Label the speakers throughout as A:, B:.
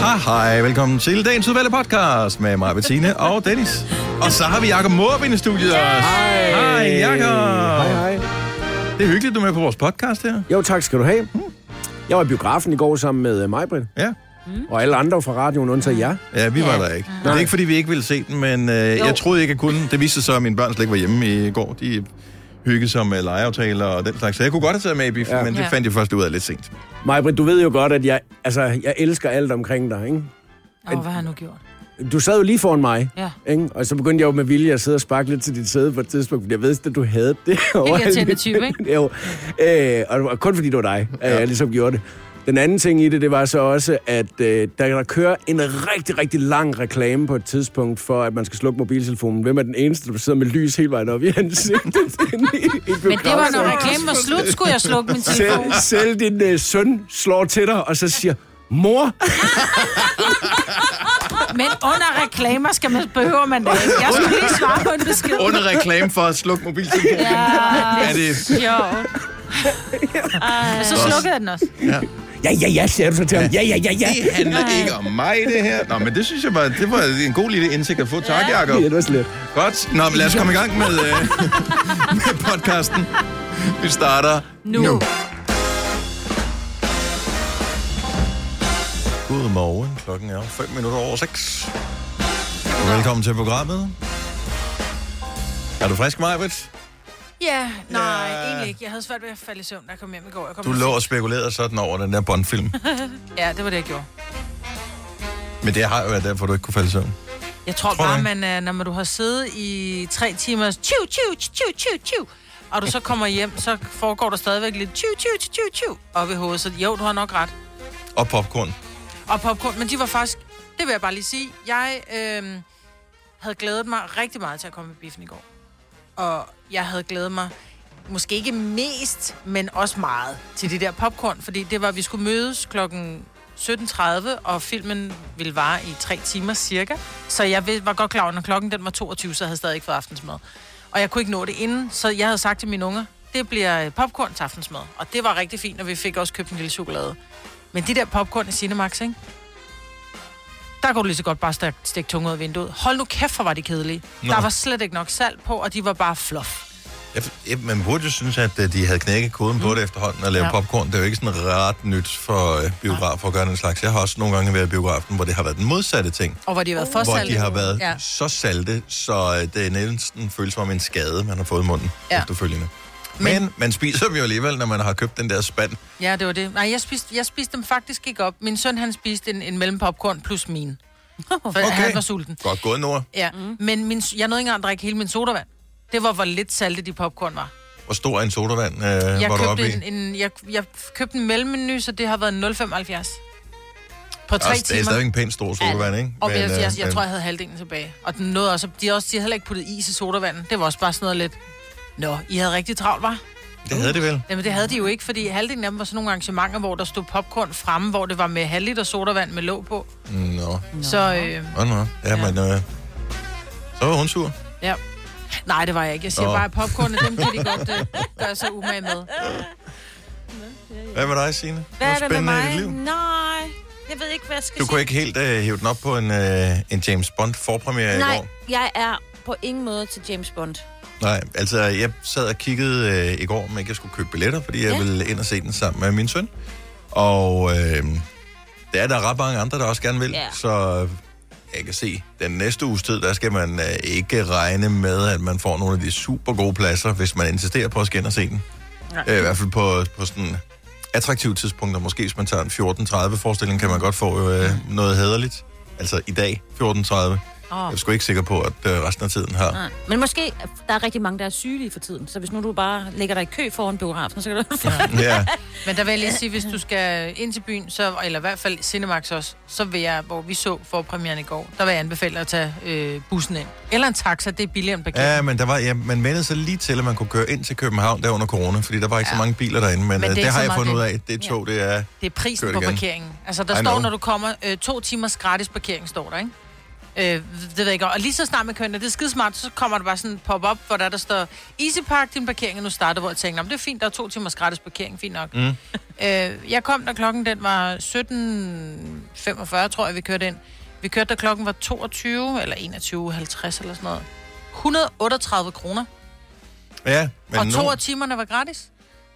A: Ja, hej. Velkommen til dagens udvalgte podcast med mig, Bettine og Dennis. Og så har vi Jakob Måb ind i studiet også. Hej. Hej, Jakob.
B: Hej, hej.
A: Det er hyggeligt, du er med på vores podcast her.
B: Jo, tak skal du
A: Hmm.
B: have. Jeg var i biografen i går sammen med mig, Britt,
A: Ja. Hmm.
B: og alle andre fra radioen, undtagen jer.
A: Ja, vi var
C: Ja.
A: der ikke. Det er ikke, fordi vi ikke ville se den, men øh, jeg troede ikke, jeg kunne. Det viste sig så, at mine børn slet ikke var hjemme i går. De hyggede sig med legeaftaler og den slags. Så jeg kunne godt have taget med i biffen, ja.
B: Ja.
A: men det
C: Ja.
A: fandt jeg først ud af lidt sent.
B: Mig, Britt, du ved jo godt, at jeg, altså, jeg elsker alt omkring dig, ikke?
C: Åh, hvad har han nu gjort?
B: Du sad jo lige foran mig,
C: Ja.
B: ikke? Og så begyndte jeg jo med vilje at sidde og sparke lidt til dit sæde på et tidspunkt, fordi jeg vidste, at du havde det.
C: irriterende type, ikke?
B: jo. Øh, og det var kun fordi det var dig, at jeg ligesom gjorde det. Den anden ting i det, det var så også, at øh, der, der kører en rigtig, rigtig lang reklame på et tidspunkt for, at man skal slukke mobiltelefonen. Hvem er den eneste, der sidder med lys hele vejen op i ansigtet?
C: Men det var, når reklamen var slut, skulle jeg slukke min telefon.
B: Selv, selv din øh, søn slår til dig, og så siger, mor,
C: Men under reklamer skal man, behøver man det ikke. Jeg skulle lige svare på en besked.
A: Under reklame for at slukke mobiltelefonen. Ja. Er det...
C: Jo. Og så slukkede jeg den også.
B: ja, ja, ja, siger du så til ham. Ja, ja, ja, ja.
A: Det handler ikke om mig, det her. Nå, men det synes jeg var, det var en god lille indsigt at få. Tak,
C: Ja.
A: Jacob.
B: Ja, det var slet.
A: Godt. Nå, men lad os komme i gang med, øh, med podcasten. Vi starter
C: Nu.
A: nu. Godmorgen. Klokken er 5 minutter over 6. Og velkommen til programmet. Er du frisk, Majbrit?
C: Ja, nej,
A: Ja.
C: egentlig ikke. Jeg havde svært ved at falde i søvn, da jeg kom hjem i går. Jeg kom
A: Du lå og spekulerede sådan over den der Bond-film.
C: Ja, det var det, jeg gjorde.
A: Men det har jo været derfor, du ikke kunne falde i søvn.
C: Jeg tror,
A: Tror
C: tror bare,
A: du
C: man, øh, når man, du har siddet i tre timer, tju, tju, tju, tju, tju, og du så kommer hjem, så foregår der stadigvæk lidt tju, tju, tju, tju, tju, op i hovedet. Så jo, du har nok ret.
A: Og popcorn.
C: Og popcorn, men de var faktisk, det vil jeg bare lige sige, jeg øh, havde glædet mig rigtig meget til at komme i biffen i går. Og jeg havde glædet mig, måske ikke mest, men også meget til de der popcorn, fordi det var, at vi skulle mødes klokken 17.30, og filmen ville vare i tre timer cirka. Så jeg ved- var godt klar over, når klokken den var 22, så havde jeg stadig ikke fået aftensmad. Og jeg kunne ikke nå det inden, så jeg havde sagt til mine unger, det bliver øh, popcorn til aftensmad. Og det var rigtig fint, og vi fik også købt en lille chokolade. Men de der popcorn i Cinemax, ikke? Der kunne du lige så godt bare stak- stikke tunge ud af vinduet. Hold nu kæft, hvor var de kedelige.
A: Nå.
C: Nå. Der var slet ikke nok salt på, og de var bare fluff.
A: Jeg, jeg, man burde jo synes, at øh, de havde knækket koden på det efterhånden og lavet ja.
C: Ja.
A: popcorn. Det er jo ikke sådan ret nyt for øh, biografer at gøre den slags. Jeg har også nogle gange været i biografen, hvor det har været den modsatte ting.
C: Og hvor de har været for
A: hvor
C: salte.
A: de har været ja.
C: Ja.
A: så salte, så øh, det næsten føles som en skade, man har fået i munden ja.
C: Ja.
A: efterfølgende. Men, Men man spiser dem jo alligevel, når man har købt den der spand.
C: ja, det var det. Nej, jeg spiste, jeg spiste dem faktisk ikke op. Min søn, han spiste en, en mellempopcorn plus min. For okay. han var sulten.
A: Godt gået, Nora.
C: Ja, mm. men min, jeg nåede ikke engang at drikke hele min sodavand. Det var, hvor lidt salte de popcorn var.
A: Hvor stor er en sodavand, øh,
C: Jeg
A: var du oppe i?
C: købte, en, en, jeg, jeg købte en mellemmenu, så det har været 0,75. På tre
A: Også, Altså, det er
C: timer.
A: stadig en pæn stor sodavand, ikke?
C: Og men, jeg,
A: øh,
C: jeg, jeg,
A: men-
C: tror, jeg havde halvdelen tilbage. Og den nåede også, de, har også, de havde heller ikke puttet is i sodavanden. Det var også bare sådan noget lidt... Nå, I havde rigtig travlt, var?
A: Det havde det vel.
C: Jamen, det havde de jo ikke, fordi halvdelen af dem var sådan nogle arrangementer, hvor der stod popcorn fremme, hvor det var med halv liter sodavand med låg på.
A: Nå,
C: Så øh,
A: nå, nå. Ja, ja.
C: Ja.
A: men... Øh, så var hun sur.
C: ja. Nej, det var jeg ikke. Jeg siger
A: Nå.
C: Nå. bare, at popcornene, dem kan de godt øh, gøre sig umage med.
A: Hvad med dig, Signe?
D: Hvad
A: Noget
D: er der med
A: spændende i dit
D: mig?
A: liv?
D: Nej, jeg ved ikke, hvad jeg skal
A: Du
D: sige.
A: kunne ikke helt øh, hæve den op på en, øh, en James Bond forpremiere i
D: Nej,
A: går?
D: jeg er på ingen måde til James Bond.
A: Nej, altså jeg sad og kiggede øh, i går, om ikke jeg skulle købe billetter, fordi jeg ja.
D: Ja.
A: ville ind og se den sammen med min søn. Og øh, der er der ret mange andre, der også gerne vil, ja.
D: Ja.
A: så øh, jeg kan se, den næste uges tid, der skal man øh, ikke regne med, at man får nogle af de super gode pladser, hvis man insisterer på at skal ind og se den. Øh, I hvert fald på, på sådan attraktive tidspunkter. Måske hvis man tager en 14.30 forestilling, kan man godt få øh, noget hederligt. Altså i dag, 14.30. Oh. Jeg er sgu ikke sikker på, at øh, resten af tiden har...
D: Nej. Men måske, der er rigtig mange, der er sygelige for tiden. Så hvis nu du bare lægger dig i kø foran biografen, så kan du...
A: Ja.
C: Men der vil jeg lige sige, hvis du skal ind til byen, så, eller i hvert fald Cinemax også, så vil jeg, hvor vi så for premieren i går, der vil jeg anbefale at tage øh, bussen ind. Eller en taxa, det er billigere end parkering.
A: Ja, men der var, ja, man vendte sig lige til, at man kunne køre ind til København der under corona, fordi der var ikke ja. så mange biler derinde, men, men
C: er
A: det, det
C: ikke
A: har
C: så
A: jeg
C: meget
A: fundet
C: det.
A: ud af. Det tog, det er...
C: Det er prisen
A: Gør det
C: på
A: gerne.
C: parkeringen. Altså, der
A: I
C: står,
A: know.
C: når du kommer, øh, to timers gratis parkering står der, ikke? Øh, det ved jeg ikke. Og lige så snart man kører ind, og det er skidesmart, så kommer der bare sådan en pop-up, hvor der, der står, Easy Park, din parkering er nu startet, hvor jeg tænkte, "Nå, men det er fint, der er to timers gratis parkering, fint nok. Mm. Øh, jeg kom, da klokken den var 17.45, tror jeg, vi kørte ind. Vi kørte, da klokken var 22, eller 21.50 eller sådan noget. 138 kroner.
A: Ja, men
C: Og to
A: nogen-
C: af timerne var gratis.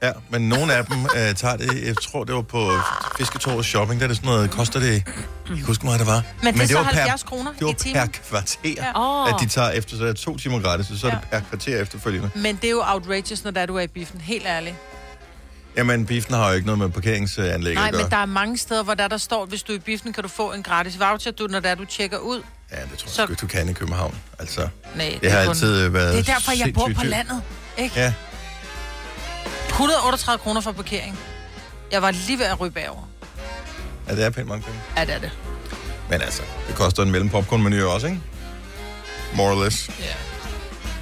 A: Ja, men nogle af dem øh, tager det, jeg tror det var på Fisketorvet Shopping, der er det sådan noget, koster det, jeg kan ikke huske hvor meget det var.
C: Men det er så
A: var
C: 70 kroner
A: Det var
C: i timen.
A: per kvarter, ja.
D: Åh.
A: at de tager efter, så er det to timer gratis, og så er det
C: Ja.
A: per kvarter efterfølgende.
C: Men det er jo outrageous, når der du er i biffen, helt ærligt.
A: Jamen, biffen har jo ikke noget med parkeringsanlæg
C: Nej,
A: at gøre.
C: men der er mange steder, hvor der, der står, hvis du er i biffen, kan du få en gratis voucher, du, når der du tjekker ud.
A: Ja, det tror jeg
C: så-
A: sgu ikke, du kan i København. Altså,
C: Nej,
A: det har
C: er kun-
A: altid øh, været
C: Det er derfor, jeg bor
A: sindssygt
C: på
A: dyrt.
C: landet. Ikke?
A: Ja,
C: 138 kroner for parkering. Jeg var lige ved at ryge bagover.
A: ja, det er pænt mange penge.
C: Ja, det er det.
A: Men altså, det koster en mellem popcornmenu også, ikke? More or less.
C: Ja.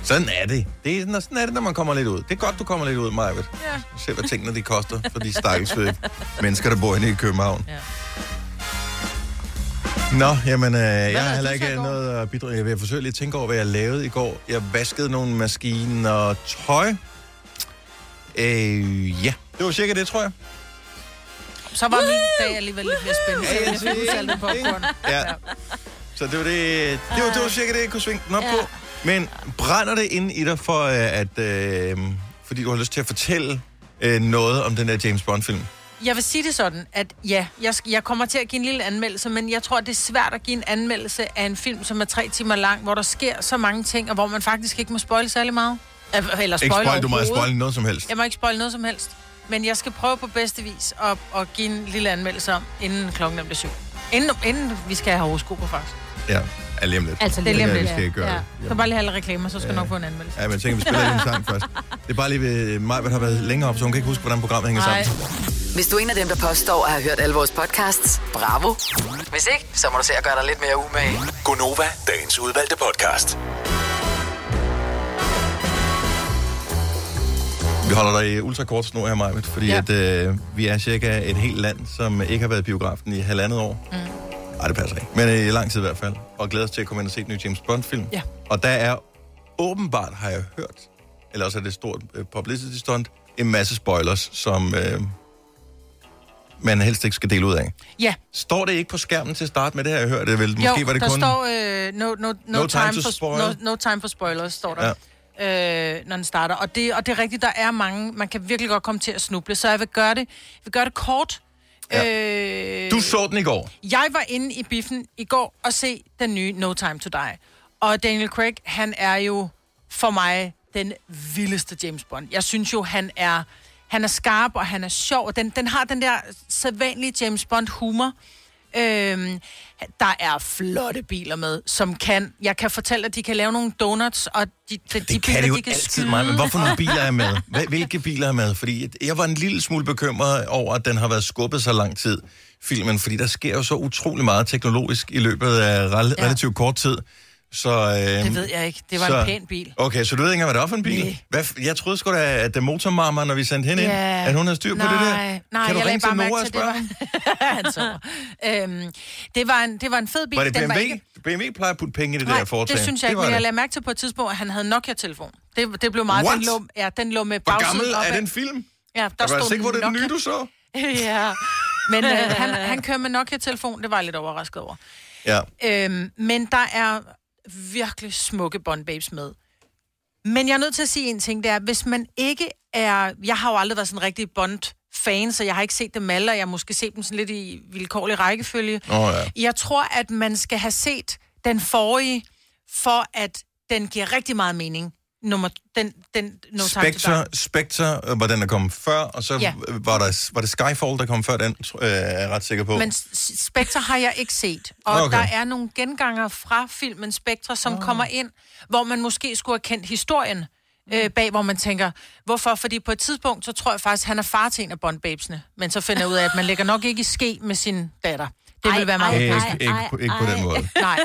A: Sådan er det. det er, når- sådan er det, når man kommer lidt ud. Det er godt, du kommer lidt ud, Majved.
C: Ja.
A: Se, hvad tingene de koster for de stakkels øh, mennesker, der bor inde i København.
C: Ja.
A: Nå, jamen, øh, jeg
C: lavede
A: har heller
C: du så i
A: ikke
C: går?
A: noget at bidrage. Jeg vil forsøge lige at tænke over, hvad jeg lavede i går. Jeg vaskede nogle maskiner og tøj. Øh, ja, det var cirka det, tror jeg.
C: Så var min dag alligevel lidt mere spændende.
A: Ja,
C: Ja,
A: jeg
C: jeg fik
A: siger
C: saltet på
A: ikke. Ja. Så det var det, det var, det var cirka det, jeg kunne svinge den op ja.
D: Ja.
A: på. Men brænder det ind i dig, for, øh, at, øh, fordi du har lyst til at fortælle øh, noget om den der James Bond-film?
C: Jeg vil sige det sådan, at ja, jeg, sk- jeg kommer til at give en lille anmeldelse, men jeg tror, det er svært at give en anmeldelse af en film, som er tre timer lang, hvor der sker så mange ting, og hvor man faktisk ikke må spoil særlig meget. Eh, Eller spoil
A: Ikke spoil, du må
C: overhovedet.
A: spoil noget som helst.
C: Jeg må ikke spoil noget som helst. Men jeg skal prøve på bedste vis at, at give en lille anmeldelse om, inden klokken den bliver syv. Inden, inden vi skal have hovedsko på, faktisk.
A: Ja, ja lige om lidt.
D: Altså,
C: Det er lige om
A: Ja,
C: lidt.
A: vi skal ikke gøre
D: Ja.
A: det.
C: Så bare lige have alle reklamer, så skal jeg nok få en anmeldelse.
A: Ja, men jeg tænker, vi spiller lige en sang først. Det er bare lige ved mig, der har været længere op, så hun kan ikke huske, hvordan programmet hænger
C: Nej.
A: sammen.
E: Hvis du er en af dem, der påstår at have hørt alle vores podcasts, bravo. Hvis ikke, så må du se at gøre dig lidt mere umage.
F: Gunova, dagens udvalgte podcast.
A: Vi holder dig i ultrakort snor her, Majbet, fordi ja. at, øh, vi er cirka et helt land, som ikke har været i biografen i halvandet år. Mm. Ej, det passer ikke. Men øh, i lang tid i hvert fald. Og glæder os til at komme ind og se den nye James Bond-film.
C: Ja.
A: Og der er åbenbart, har jeg hørt, eller også er det et stort øh, publicity stunt, en masse spoilers, som øh, man helst ikke skal dele ud af.
C: Ja,
A: Står det ikke på skærmen til start med det her, jeg hørte? det Vel, måske
C: jo,
A: var det
C: der
A: kun...
C: står øh, no, no, no,
A: No
C: no,
A: time
C: time
A: to
C: for,
A: spoil.
C: no, no time for spoilers, står der. Ja. Øh, når den starter. Og det, og det er rigtigt, der er mange, man kan virkelig godt komme til at snuble, så jeg vil gøre det, jeg vil gøre det kort.
A: Ja.
C: Ja. Øh,
A: Du så den i går.
C: Jeg var inde i biffen i går og se den nye No Time to Die. Og Daniel Craig, han er jo for mig den vildeste James Bond. Jeg synes jo, han er, han er skarp, og han er sjov. og Den, den har den der sædvanlige James Bond-humor. Øhm, der er flotte biler med, som kan... Jeg kan fortælle, at de kan lave nogle donuts, og de, de,
A: Det
C: de
A: kan
C: biler,
A: det jo
C: de kan
A: altid
C: skyde.
A: meget, men hvorfor nogle biler er med? Hva- Hvilke biler er med? Fordi jeg var en lille smule bekymret over, at den har været skubbet så lang tid, filmen, fordi der sker jo så utrolig meget teknologisk i løbet af rel- ja.
C: Ja.
A: relativt kort tid. Så, øh,
C: Det ved jeg ikke. Det var
A: så,
C: en pæn bil.
A: Okay, så du ved ikke engang, hvad det er for en bil?
C: Nej.
A: Hvad, f- jeg troede sgu da, at det motormarmer, når vi sendte hende
C: Ja.
A: ind, at hun havde styr på det der.
C: Nej, nej,
A: kan du
C: jeg lagde
A: ringe
C: bare
A: til
C: mærke
A: Nora og
C: til, det
A: spørge?
C: var... Han sover. øhm, det, var en, det var en fed bil.
A: Var det
C: Den
A: BMW?
C: Var ikke...
A: BMW plejer at putte penge i det
C: Nej,
A: der foretagende.
C: det synes jeg ikke,
A: var
C: men jeg
A: det.
C: lagde mærke til på et tidspunkt, at han havde Nokia-telefon. Det, det blev meget...
A: What?
C: Den lå, ja, den lå med
A: Hvor
C: bagsiden
A: gammel
C: opad.
A: er den film?
C: Ja, der
A: Jeg var
C: stod
A: sikker på, det er den nye,
C: Nokia.
A: du så.
C: ja, men øh, han, han kører med Nokia-telefon, det var jeg lidt overrasket over.
A: Ja.
C: Øhm, men der er virkelig smukke Bond Babes med. Men jeg er nødt til at sige en ting, det er, hvis man ikke er... Jeg har jo aldrig været sådan en rigtig Bond-fan, så jeg har ikke set dem alle, og jeg har måske set dem sådan lidt i vilkårlig rækkefølge.
A: Åh, ja.
C: Jeg tror, at man skal have set den forrige, for at den giver rigtig meget mening. Nummer, den, den, no Time to Die.
A: Spectre, Spectre øh, var den, der kom før, og så ja.
C: Ja.
A: var, der, var det Skyfall, der kom før den, tr- øh, er jeg ret sikker på.
C: Men
A: Men...
C: S- Spectre har jeg ikke set. Og
A: Okay.
C: okay. der er nogle genganger fra filmen Spectre, som oh. kommer ind, hvor man måske skulle have kendt historien
A: Mm.
C: øh, bag, hvor man tænker, hvorfor? Fordi på et tidspunkt, så tror jeg faktisk, han er far til en af Bond-babesene. Men så finder jeg ud af, at man ligger nok ikke i ske med sin datter. Det
D: Ej,
C: vil være
D: ej,
C: meget
A: Ikke,
D: ej,
A: ikke, ikke, ikke på
D: ej. Altså,
A: den måde.
C: Nej,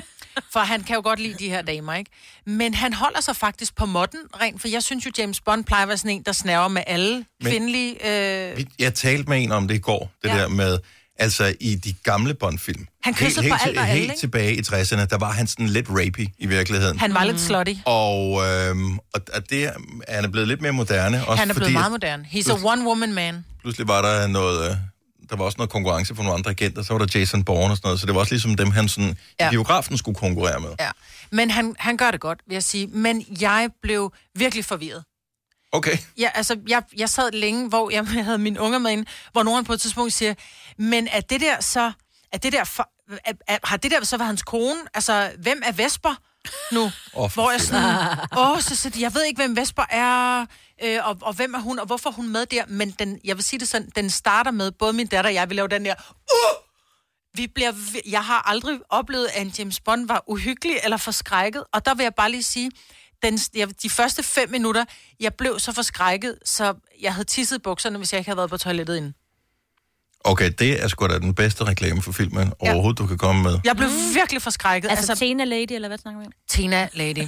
C: for han kan jo godt lide de her damer, ikke? Men han holder sig faktisk på modden, rent, for jeg synes jo, James Bond plejer at være sådan en, der snæver med alle
A: Men-
C: kvindelige... Øh,
A: Vi- Jeg talte med en om det i går, det ja.
C: Ja.
A: der med, Altså i de gamle Bond-film.
C: Han kyssede
A: helt,
C: på
A: helt,
C: alt og
A: til-
C: alle,
A: Helt
C: ikke?
A: tilbage i 60'erne, der var han sådan lidt rapey i virkeligheden. Han...
C: Han var lidt slutty.
A: Og, øhm, og og det er, han er blevet lidt mere moderne. Også
C: Han er blevet
A: fordi,
C: meget moderne. He's a one-woman man.
A: pludselig var der noget... Øh, der var også noget konkurrence for nogle andre agenter, så var der Jason Bourne og sådan noget, så det var også ligesom dem, han sådan ja.
C: Ja.
A: i biografen skulle konkurrere med.
C: Ja. Men han, han gør det godt, vil jeg sige. Men jeg blev virkelig forvirret.
A: Okay.
C: Ja, altså, jeg, jeg sad længe, hvor jeg havde mine unger med inde, hvor nogen på et tidspunkt siger, men er det der så, er det der for, er, er, har det der så været hans kone? Altså, hvem er Vesper nu?
A: Åh, for
C: hvor jeg sådan, åh, så, så jeg ved ikke, hvem Vesper er, øh, og, og hvem er hun, og hvorfor er hun med der? Men den, jeg vil sige det sådan, den starter med, både min datter og jeg, vi laver den der, uh! Vi bliver, vi- jeg har aldrig oplevet, at en James Bond var uhyggelig eller forskrækket, og der vil jeg bare lige sige, den, jeg, de første fem minutter, jeg blev så forskrækket, så jeg havde tisset i bukserne, hvis jeg ikke havde været på toilettet inden.
A: Okay, det er sgu da den bedste reklame for filmen ja. overhovedet, du kan komme med.
C: Jeg blev mm. virkelig forskrækket.
D: Altså, altså Tena Lady, eller hvad snakker vi om?
C: Tina Lady.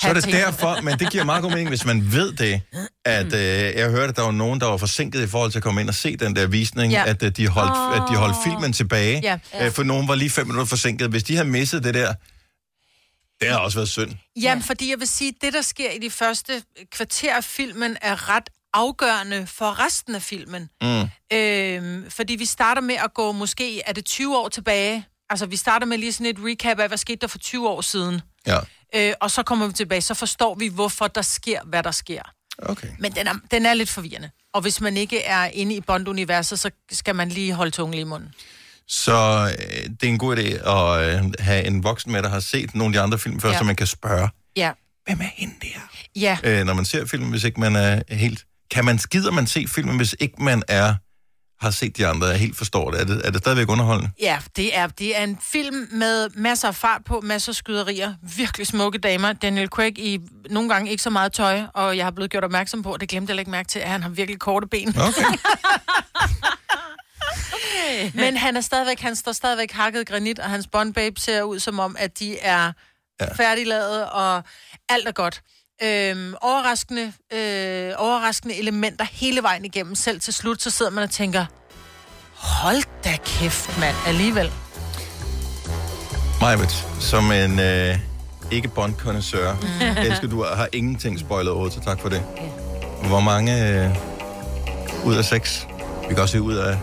A: Så er det
C: Tina.
A: derfor, men det giver meget god mening, hvis man ved det, at øh, jeg hørte, at der var nogen, der var forsinket i forhold til at komme ind og se den der visning, ja.
C: Ja.
A: at, øh, de holdt, oh. at de holdt filmen tilbage,
C: Ja.
A: øh, for nogen var lige fem minutter forsinket. Hvis de havde misset det der, det har også været synd.
C: Jamen, fordi jeg vil sige, det, der sker i de første kvarter af filmen, er ret afgørende for resten af filmen. Mm. Øhm, fordi vi starter med at gå måske, er det 20 år tilbage? Altså, vi starter med lige sådan et recap af, hvad skete der for 20 år siden?
A: Ja,
C: Øh, og så kommer vi tilbage, så forstår vi, hvorfor der sker, hvad der sker.
A: okay.
C: Men den er, den er lidt forvirrende. Og hvis man ikke er inde i Bond-universet, så skal man lige holde tungen lige i munden.
A: Så øh, det er en god idé at øh, have en voksen med, der har set nogle af de andre film før, ja.
C: Ja.
A: så man kan spørge,
C: Ja.
A: hvem er hende der?
C: Ja.
A: øh, når man ser filmen, hvis ikke man er helt... Kan man, gider man se filmen, hvis ikke man er har set de andre, og helt forstår det? Er det, er det stadigvæk underholdende?
C: Ja, det er, det er en film med masser af fart på, masser af skyderier, virkelig smukke damer. Daniel Craig i nogle gange ikke så meget tøj, og jeg har blevet gjort opmærksom på, og det glemte jeg ikke mærke til, at han har virkelig korte ben.
A: Okay.
C: Men han er stadigvæk, han står stadigvæk hakket i granit, og hans bondbabe ser ud som om, at de er ja. færdiglavet, og alt er godt. Øhm, overraskende, øh, overraskende elementer hele vejen igennem. Selv til slut, så sidder man og tænker, hold da kæft, mand, alligevel.
A: Majbet, som en øh, ikke bond connoisseur elsker du, og har ingenting spoilet over, så tak for det. Hvor mange øh, ud af seks? Vi kan også se ud af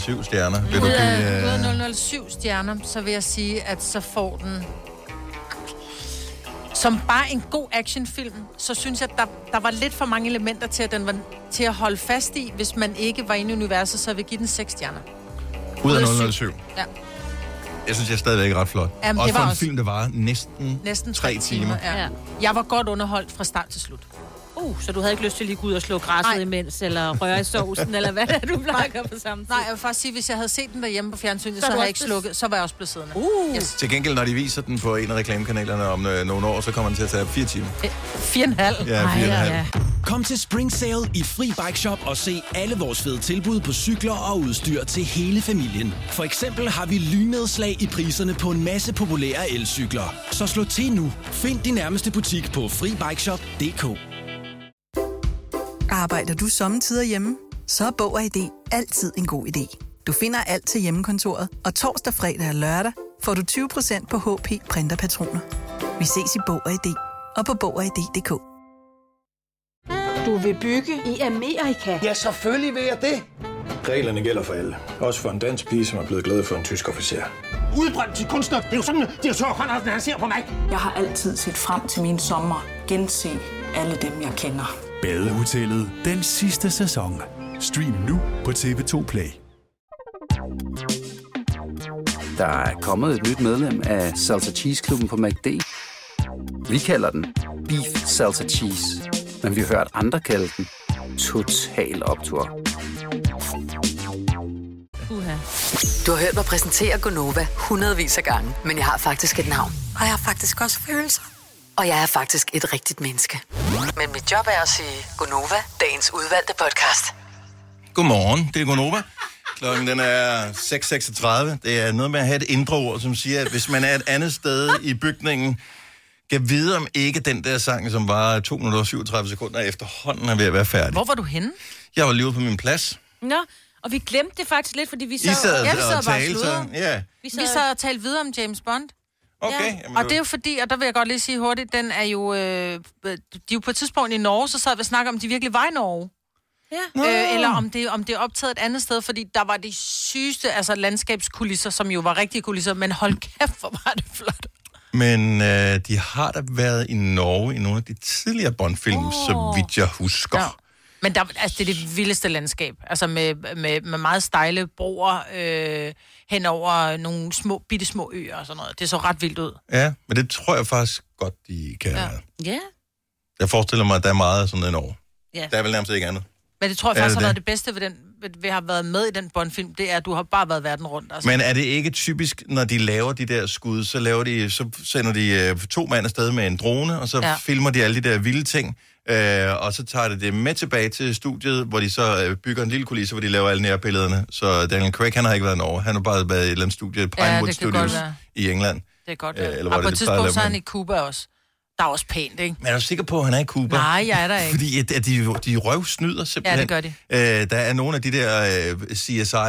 A: 007 stjerner. Vil du
C: Ud
A: give, øh,
C: af 007 stjerner, så vil jeg sige, at så får den... Som bare en god actionfilm, så synes jeg, at der, der var lidt for mange elementer til, at den var til at holde fast i. Hvis man ikke var inde i universet, så vil jeg give den 6 stjerner.
A: øh, ud
C: ud af
A: af
C: syv.
A: 007?
C: Ja.
A: Jeg synes, jeg er stadigvæk ret flot.
C: Jamen,
A: også
C: det var
A: for en
C: også-
A: film, der var næsten,
C: Næsten
A: tre timer.
C: Ja.
D: Ja.
C: Jeg var godt underholdt fra start til slut.
D: Uh, så du havde ikke lyst til lige at gå ud og slå græsset
C: Nej.
D: imens, eller røre i sovsen, eller hvad er det, du plejer på samme tid?
C: Nej, jeg vil faktisk sige, at hvis jeg havde set den derhjemme på fjernsynet, så, så
D: er du
C: havde jeg
D: også
C: ikke
D: bes-
C: slukket. Så var jeg også blevet siddende.
D: Uh,
C: Yes.
A: Til gengæld, når de viser den på en af reklamekanalerne om øh, nogle år, så kommer den til at tage fire timer.
C: Øh, Fire og en halv.
A: Ja, fire og en halv.
G: Kom til Spring Sale i Fri Bike Shop og se alle vores fede tilbud på cykler og udstyr til hele familien. For eksempel har vi lynedslag i priserne på en masse populære elcykler. Så slå til nu. Find din nærmeste butik på FriBikeShop.dk
H: Arbejder du sommetider hjemme? Så er Bog og ID altid en god idé. Du finder alt til hjemmekontoret, og torsdag, fredag og lørdag får du 20% på HP Printerpatroner. Vi ses i Bog og ID og på Bog og ID.dk.
I: Du vil bygge i Amerika?
J: Ja, selvfølgelig vil jeg det.
F: Reglerne gælder for alle. Også for en dansk pige, som er blevet glad for en tysk officer.
J: Udbrændt til kunstner. Det er jo sådan, at de har Conradsen, han ser på mig.
I: Jeg har altid set frem til min sommer. Gense alle dem, jeg kender.
K: Badehotellet den sidste sæson. Stream nu på TV2 Play.
L: Der er kommet et nyt medlem af Salsa Cheese Klubben på MACD. Vi kalder den Beef Salsa Cheese. Men vi har hørt andre kalde den Total Optor.
D: uha.
E: Du har hørt mig præsentere Gonova hundredvis af gange, men jeg har faktisk et navn.
H: Og jeg har faktisk også følelser.
E: Og jeg er faktisk et rigtigt menneske. Men mit job er at sige Gonova, dagens udvalgte podcast.
A: Godmorgen, det er Gonova. Klokken den er 6.36. Det er noget med at have et indre ord, som siger, at hvis man er et andet sted i bygningen, kan vide om ikke den der sang, som var 237 sekunder efterhånden er ved at være færdig.
C: Hvor var du henne?
A: Jeg var lige ude på min plads.
D: Nå, Og vi glemte det faktisk lidt, fordi vi sad,
A: I sad
C: ja, vi sad
A: og
C: bare og
A: talte,
C: sludrede.
A: ja.
D: Vi
C: Vi
D: sad-
C: sad, vi sad og talte videre om James Bond.
A: Okay,
C: Ja.
A: jamen,
C: og
A: du-
C: det er jo fordi, og der vil jeg godt lige sige hurtigt, den er jo, øh, de er jo på et tidspunkt i Norge, så sad vi og snakkede om, de virkelig var i Norge.
D: Ja.
C: Øh, eller om det, om det er optaget et andet sted, fordi der var de sygeste altså landskabskulisser, som jo var rigtige kulisser, men hold kæft, hvor var det flot.
A: Men øh, de har da været i Norge i nogle af de tidligere Bond-film, oh. så vidt jeg husker. Ja.
C: Men der, altså, det er det vildeste landskab, altså med, med, med meget stejle broer øh, hen over nogle små, bitte små øer og sådan noget. Det så ret vildt ud.
A: ja, men det tror jeg faktisk godt, de kan. Ja.
D: Ja.
A: Jeg forestiller mig, at der er meget af sådan noget i Norge.
C: ja.
A: Der er vel nærmest ikke andet.
C: Men det tror jeg
A: Er
C: faktisk
A: det
C: har været
A: det?
C: det bedste ved, den, ved, ved at have været med i den Bond-film, det er, at du har bare været verden rundt. Altså.
A: Men er det ikke typisk, når de laver de der skud, så, laver de, så sender de øh, to mænd afsted med en drone, og så ja.
C: Ja.
A: filmer de alle de der vilde ting, øh, og så tager de det med tilbage til studiet, hvor de så øh, bygger en lille kulisse, hvor de laver alle nærbillederne. Så Daniel Craig, han har ikke været i Norge. Han har bare været i et eller andet studie, Pinewood
C: det kan godt
A: Studios
C: være.
A: i England.
C: Det er godt.
A: Øh,
C: Øh,
A: eller
C: eller
A: var
C: og
A: det
C: på
A: det,
C: et
A: der lavede
C: tidspunkt, så er han
A: den?
C: i Cuba også. Der er også pænt, ikke?
A: Men er du sikker på, at han er i Cuba?
C: Nej, jeg er der ikke.
A: Fordi at, at de, de røvsnyder simpelthen.
C: Ja, det gør de.
A: Øh, der er nogle af de der øh,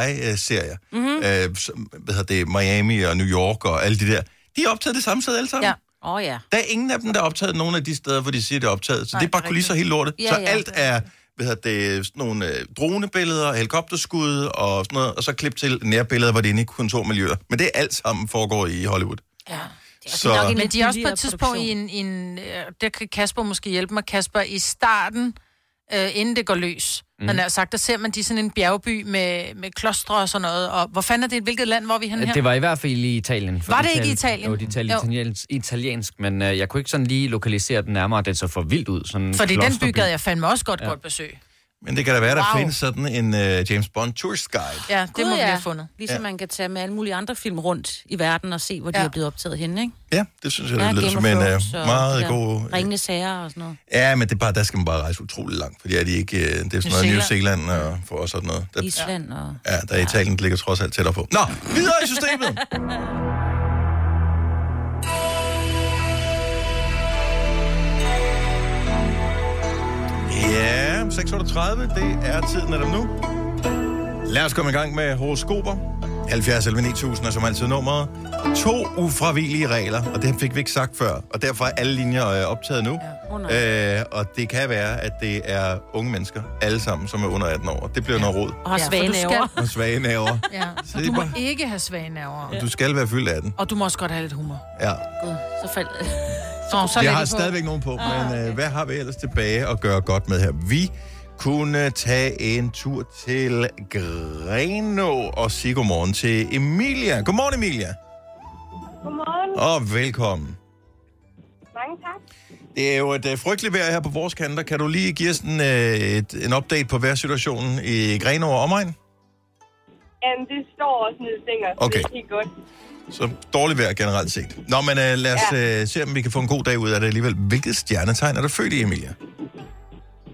A: CSI-serier.
C: Mhm.
A: Øh, som, hvad hedder det? Miami og New York og alle de der. De er optaget det samme sted alle sammen.
D: Ja. Åh oh, ja.
A: Der er ingen af dem, der er optaget nogen af de steder, hvor de siger, det er optaget. Så Nej,
D: Nej,
A: det er bare
D: rigtigt.
A: kulisser helt lortet.
D: Ja,
A: så
D: ja,
A: alt
D: det
A: er hvad hedder det, sådan nogle øh, dronebilleder, helikopterskud og sådan noget, og så klip til nærbilleder, hvor det er inde i kontormiljøer. Men det er alt sammen foregår i Hollywood.
C: Ja.
A: er
C: Så... Nok, men de er også på
D: billigere
C: et tidspunkt i en, i en øh, der kan Kasper måske hjælpe mig, Kasper, i starten, øh, inden det går løs.
D: Mm.
M: Mhm.
C: Mm. Han har sagt, der ser man de er sådan en bjergby med, med klostre og sådan noget. Og hvor fanden er det? Hvilket land var vi henne her?
M: Det var i hvert fald i Italien. for
C: Var det ikke
M: Italien-
C: i Italien?
M: Jo, de talte
C: Jo.
M: italiensk, italiensk, men øh, jeg kunne ikke sådan lige lokalisere den nærmere, at den så for vildt ud. Sådan en
C: Fordi den by
M: klosterby.
C: gad jeg fandme også godt
M: Ja.
C: ja. godt besøg.
A: Men det kan da være, der wow.
C: Wow.
A: findes sådan en øh, James Bond tourist guide.
C: Ja, det
D: Gud,
C: må vi
D: ja.
C: have fundet.
D: Ligesom
A: Ja.
D: ja. man kan tage med alle mulige andre film rundt i verden og se, hvor ja. de
C: Ja.
D: er blevet optaget henne, ikke?
A: Ja, det synes jeg,
D: Ja,
A: ja, det lyder
D: Game
A: som
D: of
A: en øh,
D: Thrones og
A: meget
D: de der
A: god... øh,
D: Ringende sager og sådan noget.
A: Ja, men det er bare, der skal man bare rejse utrolig langt, fordi er de ikke, øh, det er sådan
D: New
A: noget New
D: Zealand.
A: Zealand og for os og sådan noget. Der,
D: Island og...
A: Ja, der er Italien, der ligger trods alt tættere på. Nå, videre i systemet! Ja, 6.38, det er tiden af dem nu. Lad os komme i gang med horoskoper. 70 11 9000 er som altid nummeret. To ufravigelige regler, og det fik vi ikke sagt før, og derfor er alle linjer øh, optaget nu. Ja, øh, og det kan være, at det er unge mennesker, alle sammen, som er under 18 år. Det bliver ja. noget råd.
C: Og har Ja, for svage du skal- nerver.
A: Og svage nerver.
C: Ja.
A: Så
C: Og
A: det
C: du
A: er
C: må
A: bare-
C: ikke have svage nerver.
A: Du skal være fyldt 18.
C: Og du må også godt have lidt humor.
A: Ja.
D: Gud, så fald...
C: Nå, så
A: jeg
C: lad
A: har
C: det på. Ah,
A: stadigvæk nogen på, men øh, hvad har vi ellers tilbage at gøre godt med her? Vi kunne tage en tur til Greno og sige godmorgen til Emilia. Godmorgen, Emilia.
N: Godmorgen.
A: Og velkommen.
N: Mange tak.
A: Det er jo et øh, frygteligt vejr her på vores kanter. Kan du lige give os en, øh, et, en update på vejrsituationen i Greno og omegn?
N: Jamen, det står også nede i stænger, så
A: Okay.
N: det er helt godt.
A: Så dårligt vejr generelt set. Nå, men øh, lad os øh, se, om vi kan få en god dag ud af det alligevel. Hvilket stjernetegn er du født i, Emilia?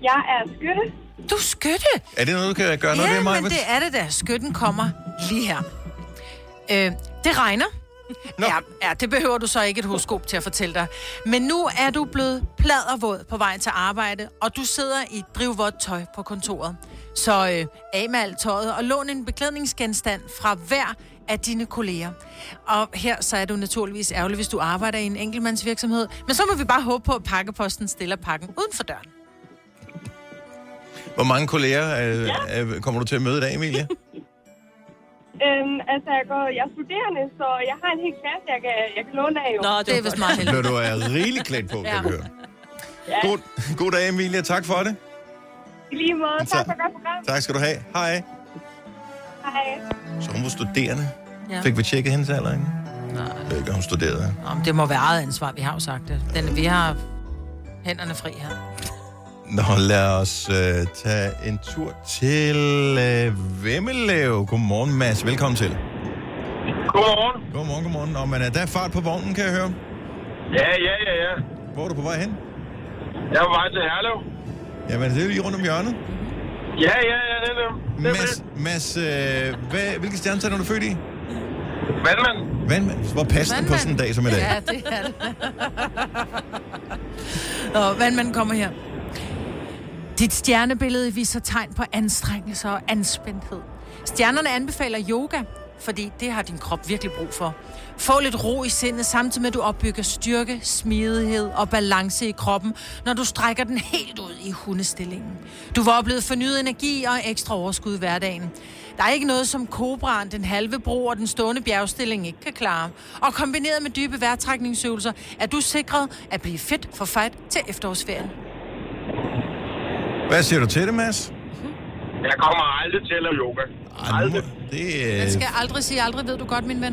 N: Jeg er skytte.
C: Du er skytte?
A: Er det noget, du kan gøre noget
C: ja,
A: ved mig?
C: men det er det da. Skytten kommer lige her. Øh, det regner. No. Ja, ja, det behøver du så ikke et horoskop til at fortælle dig. Men nu er du blevet pladervåd på vej til arbejde, og du sidder i drivvådt tøj på kontoret. Så øh, af med alt tøjet og lån en beklædningsgenstand fra hver af dine kolleger. Og her så er du naturligvis ærgerlig, hvis du arbejder i en enkeltmandsvirksomhed. Men så må vi bare håbe på, at pakkeposten stiller pakken uden for døren.
A: Hvor mange kolleger øh, øh, kommer du til at møde i dag, Emilie?
N: Øhm, altså, jeg, går, jeg er studerende, så jeg har en hel klasse, jeg kan, jeg kan låne af. Jo.
C: Nå, det er vist meget
A: Bliver du er rigeligt klædt på, kan jeg høre.
N: Ja.
A: God, god dag, Emilie. Tak for det.
N: I lige måde. Tak for godt program.
A: Tak skal du have. Hej.
N: Hej.
A: Så hun var studerende.
C: Ja.
A: Fik vi tjekket hendes alder, ikke? Nej. Jeg ved ikke, om hun studerede.
C: Nå, men det må være eget ansvar, vi har jo sagt det. Den, vi har hænderne fri her.
A: Nå, lad os øh, tage en tur til øh, Vemmelev. Godmorgen, Mads. Velkommen til. Godmorgen. Godmorgen, godmorgen. Nå, men øh, der er fart på vognen, kan jeg høre.
O: Ja, ja, ja, ja.
A: Hvor er du på vej hen?
O: Jeg er på vej til Herlev.
A: Jamen, det er jo lige rundt om hjørnet.
O: Ja, ja, ja, det er det.
A: Mads, Mads øh, hvad, hvilke stjernetegn er du født i?
O: Vandmand.
A: Vandmand. Hvor passende på sådan en dag som i dag.
C: Ja, det er det. Nå, vandmanden kommer her. Dit stjernebillede viser tegn på anstrengelse og anspændthed. Stjernerne anbefaler yoga, fordi det har din krop virkelig brug for. Få lidt ro i sindet, samtidig med at du opbygger styrke, smidighed og balance i kroppen, når du strækker den helt ud i hundestillingen. Du vil opleve fornyet energi og ekstra overskud i hverdagen. Der er ikke noget, som kobraen, den halve bro og den stående bjergstilling ikke kan klare. Og kombineret med dybe vejrtrækningsøvelser er du sikret at blive fit for fight til efterårsferien.
A: Hvad siger du til det, Mads?
O: Jeg kommer aldrig til at lave yoga. Aldrig.
A: Det, øh,
C: Man skal aldrig sige aldrig, ved du godt, min ven.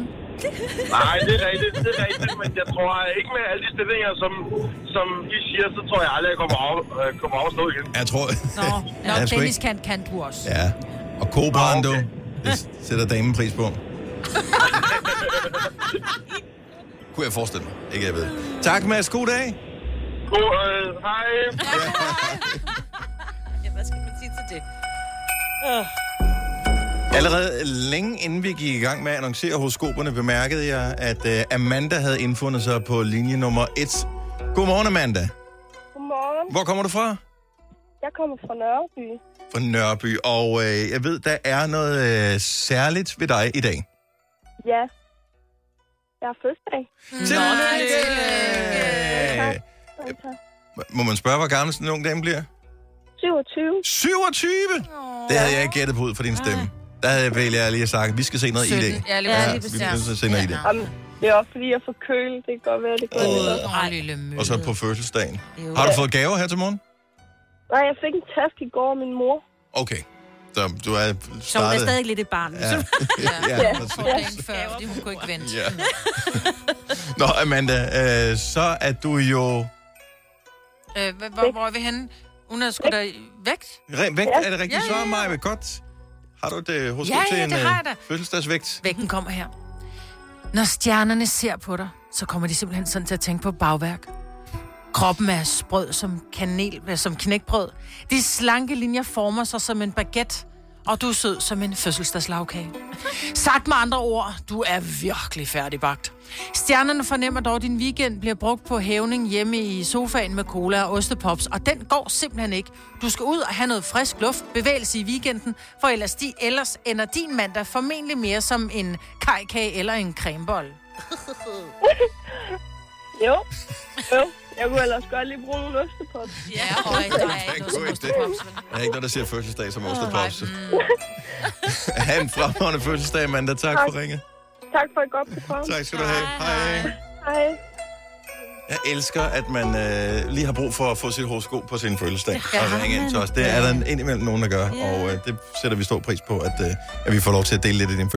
O: Nej, det er rigtigt, det er rigtigt, men jeg tror ikke med alle de stillinger, som, som I siger, så tror jeg aldrig, jeg kommer af, øh, kommer af at stå igen.
A: Jeg tror...
C: Nå, Nå
A: Jeg er sgu
C: Dennis
A: ikke-
C: kan, kan du også.
A: Ja. Og kobraen, du, det sætter damen pris på. Kunne jeg forestille mig. Ikke, jeg ved. Tak, Mads. God dag.
O: God, øh, hej.
D: Ja, hvad skal man sige til det?
A: Allerede længe inden vi gik i gang med at annoncere horoskoperne, bemærkede jeg, at øh, Amanda havde indfundet sig på linje nummer 1. Godmorgen, Amanda.
N: Godmorgen.
A: Hvor kommer du fra?
N: Jeg kommer fra Nørreby.
A: Fra Nørreby. Og øh, jeg ved, der er noget øh, særligt ved dig i dag.
N: Ja. Jeg har fødselsdag.
A: Øh, må man spørge, hvor gammel sådan en ung dame bliver?
N: 27.
A: 27? Det havde jeg ikke gættet på ud fra
C: Ah.
A: din stemme. Der havde jeg vel jeg lige sagt, vi skal se noget i det.
N: Ja, lige
A: vi
N: præcis.
A: skal se noget i det.
N: Om, det er også fordi, jeg er forkølet. Det kan godt være, det går lidt op.
C: Åh, lille mø.
A: Og så på fødselsdagen. Har du fået gaver her til morgen?
N: Nej, jeg fik en taske i går af min mor.
A: Okay. Så du
D: Så
A: er
D: hun er
A: startet...
D: stadig lidt et barn.
A: Ja.
D: Ja.
A: Ja,
C: Ja,
A: præcis.
C: for dagen før, fordi hun kunne ikke vente.
A: Ja. Nå, Amanda, øh, så er du jo...
C: Øh, hva- hvor, hvor er vi henne? Hun er sgu da i- vægt.
A: Re- vægt
C: Ja.
A: er det rigtige
C: Ja, ja,
A: svar,
C: ja.
A: Maja? Godt. Har du det hos
C: Ja,
A: til
C: ja,
A: en
C: det
A: øh,
C: har jeg da.
A: fødselsdagsvægt?
C: Vægten kommer her. Når stjernerne ser på dig, så kommer de simpelthen sådan til at tænke på bagværk. Kroppen er sprød som, kanel, øh, som knækbrød. De slanke linjer former sig som en baguette, og du er sød som en fødselsdagslagkage. Sagt med andre ord, du er virkelig færdigbagt. Stjernerne fornemmer dog, at din weekend bliver brugt på hævning hjemme i sofaen med cola og ostepops, og den går simpelthen ikke. Du skal ud og have noget frisk luft, bevægelse i weekenden, for ellers, de, ellers ender din mandag formentlig mere som en kajkage eller en cremebolle.
N: Jo. Jo. Jeg kunne ellers godt lige bruge nogle ostepop.
C: Ja, og der er ikke
A: God idé. Der er ikke noget, der siger fødselsdag som ostepops. ha' en fremragende fødselsdag, Amanda. Tak for ringet.
N: Tak for et godt program.
A: Tak skal du have. Hej.
N: Hej.
A: Jeg elsker, at man øh, lige har brug for at få sit horoskop på sin fødselsdag
N: Ja,
A: og ringe ind
N: men-
A: til os. Det er der indimellem nogen, der gør, og øh, det sætter vi stor pris på, at, øh, at vi får lov til at dele lidt af din fødselsdag.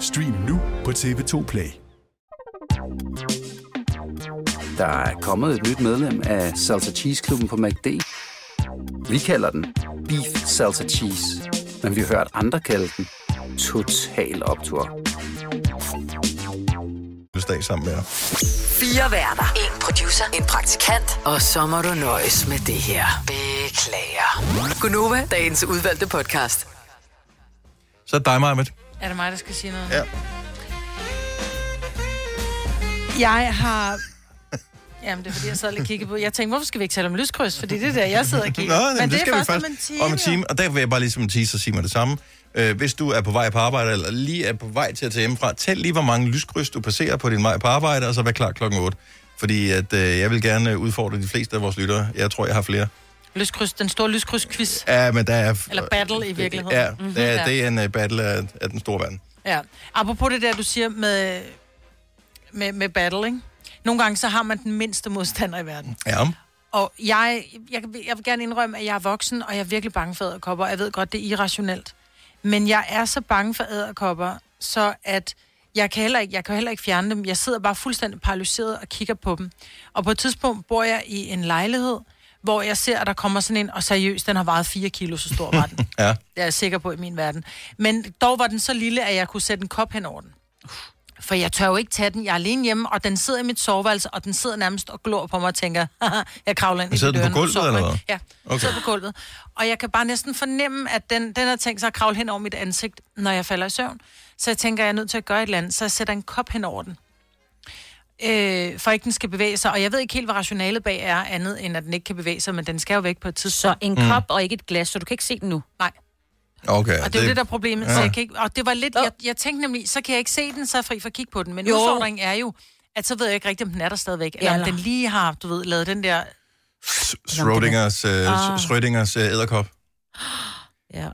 K: Stream nu på TV2 Play.
L: Der er kommet et nyt medlem af Salsa Cheese Klubben på MACD. Vi kalder den Beef Salsa Cheese, men vi har hørt andre kalde den Total Optor.
A: Fødselsdag sammen med jer.
E: Fire værter. En producer. En praktikant. Og så må du nøjes med det her. Beklager. Gunova, dagens udvalgte podcast.
A: Så er det dig, Marmit.
C: Er det mig, der skal sige noget?
A: Ja.
C: Jeg har... Jamen, det er fordi, jeg sad lige og kiggede på... Jeg tænkte, hvorfor skal vi ikke tale om lyskryds? Fordi det er der, jeg sidder og kigger.
A: Nå, men det, skal vi
C: først
A: først om en time. Og der vil jeg bare ligesom tease og sige mig det samme. Øh, hvis du er på vej på arbejde, eller lige er på vej til at tage hjemmefra, tæl lige, hvor mange lyskryds du passerer på din vej på arbejde, og så vær klar klokken 8. Fordi at, øh, jeg vil gerne udfordre de fleste af vores lyttere. Jeg tror, jeg har flere.
C: Lyskryds, den store lyskryds-quiz.
A: Ja, men der er...
C: Eller battle i virkeligheden.
A: Ja,
C: Mhm,
A: det er, det er en øh, battle af, af den store verden.
C: Ja. Apropos det der, du siger med, med, med battle, ikke? Nogle gange så har man den mindste modstander i verden.
A: Ja.
C: Og jeg, jeg, jeg vil gerne indrømme, at jeg er voksen, og jeg er virkelig bange for æderkopper. Jeg ved godt, det er irrationelt. Men jeg er så bange for æderkopper, så at jeg kan, heller ikke, jeg kan heller ikke fjerne dem. Jeg sidder bare fuldstændig paralyseret og kigger på dem. Og på et tidspunkt bor jeg i en lejlighed, hvor jeg ser, at der kommer sådan en, og seriøst, den har vejet 4 kilo, så stor var den.
A: Ja.
C: Det er jeg sikker på i min verden. Men dog var den så lille, at jeg kunne sætte en kop hen over den. For jeg tør jo ikke tage den. Jeg er alene hjemme, og den sidder i mit soveværelse, og den sidder nærmest og glor på mig og tænker, "Haha, jeg kravler ind i
A: Sidder
C: dit
A: den på
C: øre, når du
A: gulvet,
C: sover,
A: eller
C: ikke?"
A: hvad?
C: Ja, okay.
A: Okay.
C: sidder på gulvet. Og jeg kan bare næsten fornemme, at den, den har tænkt sig at kravle hen over mit ansigt, når jeg falder i søvn. Så jeg tænker, at jeg er nødt til at gøre et eller andet, så jeg sætter en kop hen over den. Øh, for ikke den skal bevæge sig. Og jeg ved ikke helt, hvad rationalet bag er, andet end at den ikke kan bevæge sig, men den skal jo væk på et tidspunkt.
D: Så en
A: Mm.
D: kop og ikke et glas, så du kan ikke se den nu?
C: Nej.
A: Okay.
C: Og det er jo det, der er problemet. Ja. Så
A: Ja.
C: jeg kan ikke, og det var lidt, jeg, jeg tænkte nemlig, så kan jeg ikke se den, så er jeg fri for at kigge på den. Men
D: Jo.
C: udfordringen er jo, at så ved jeg ikke rigtigt, om den er der stadigvæk. Eller
D: Ja.
C: om den lige har, du ved, lavet den der...
A: Schrödingers,
C: Ah.
A: øh, Schrödingers øh, æderkop.
D: Ja,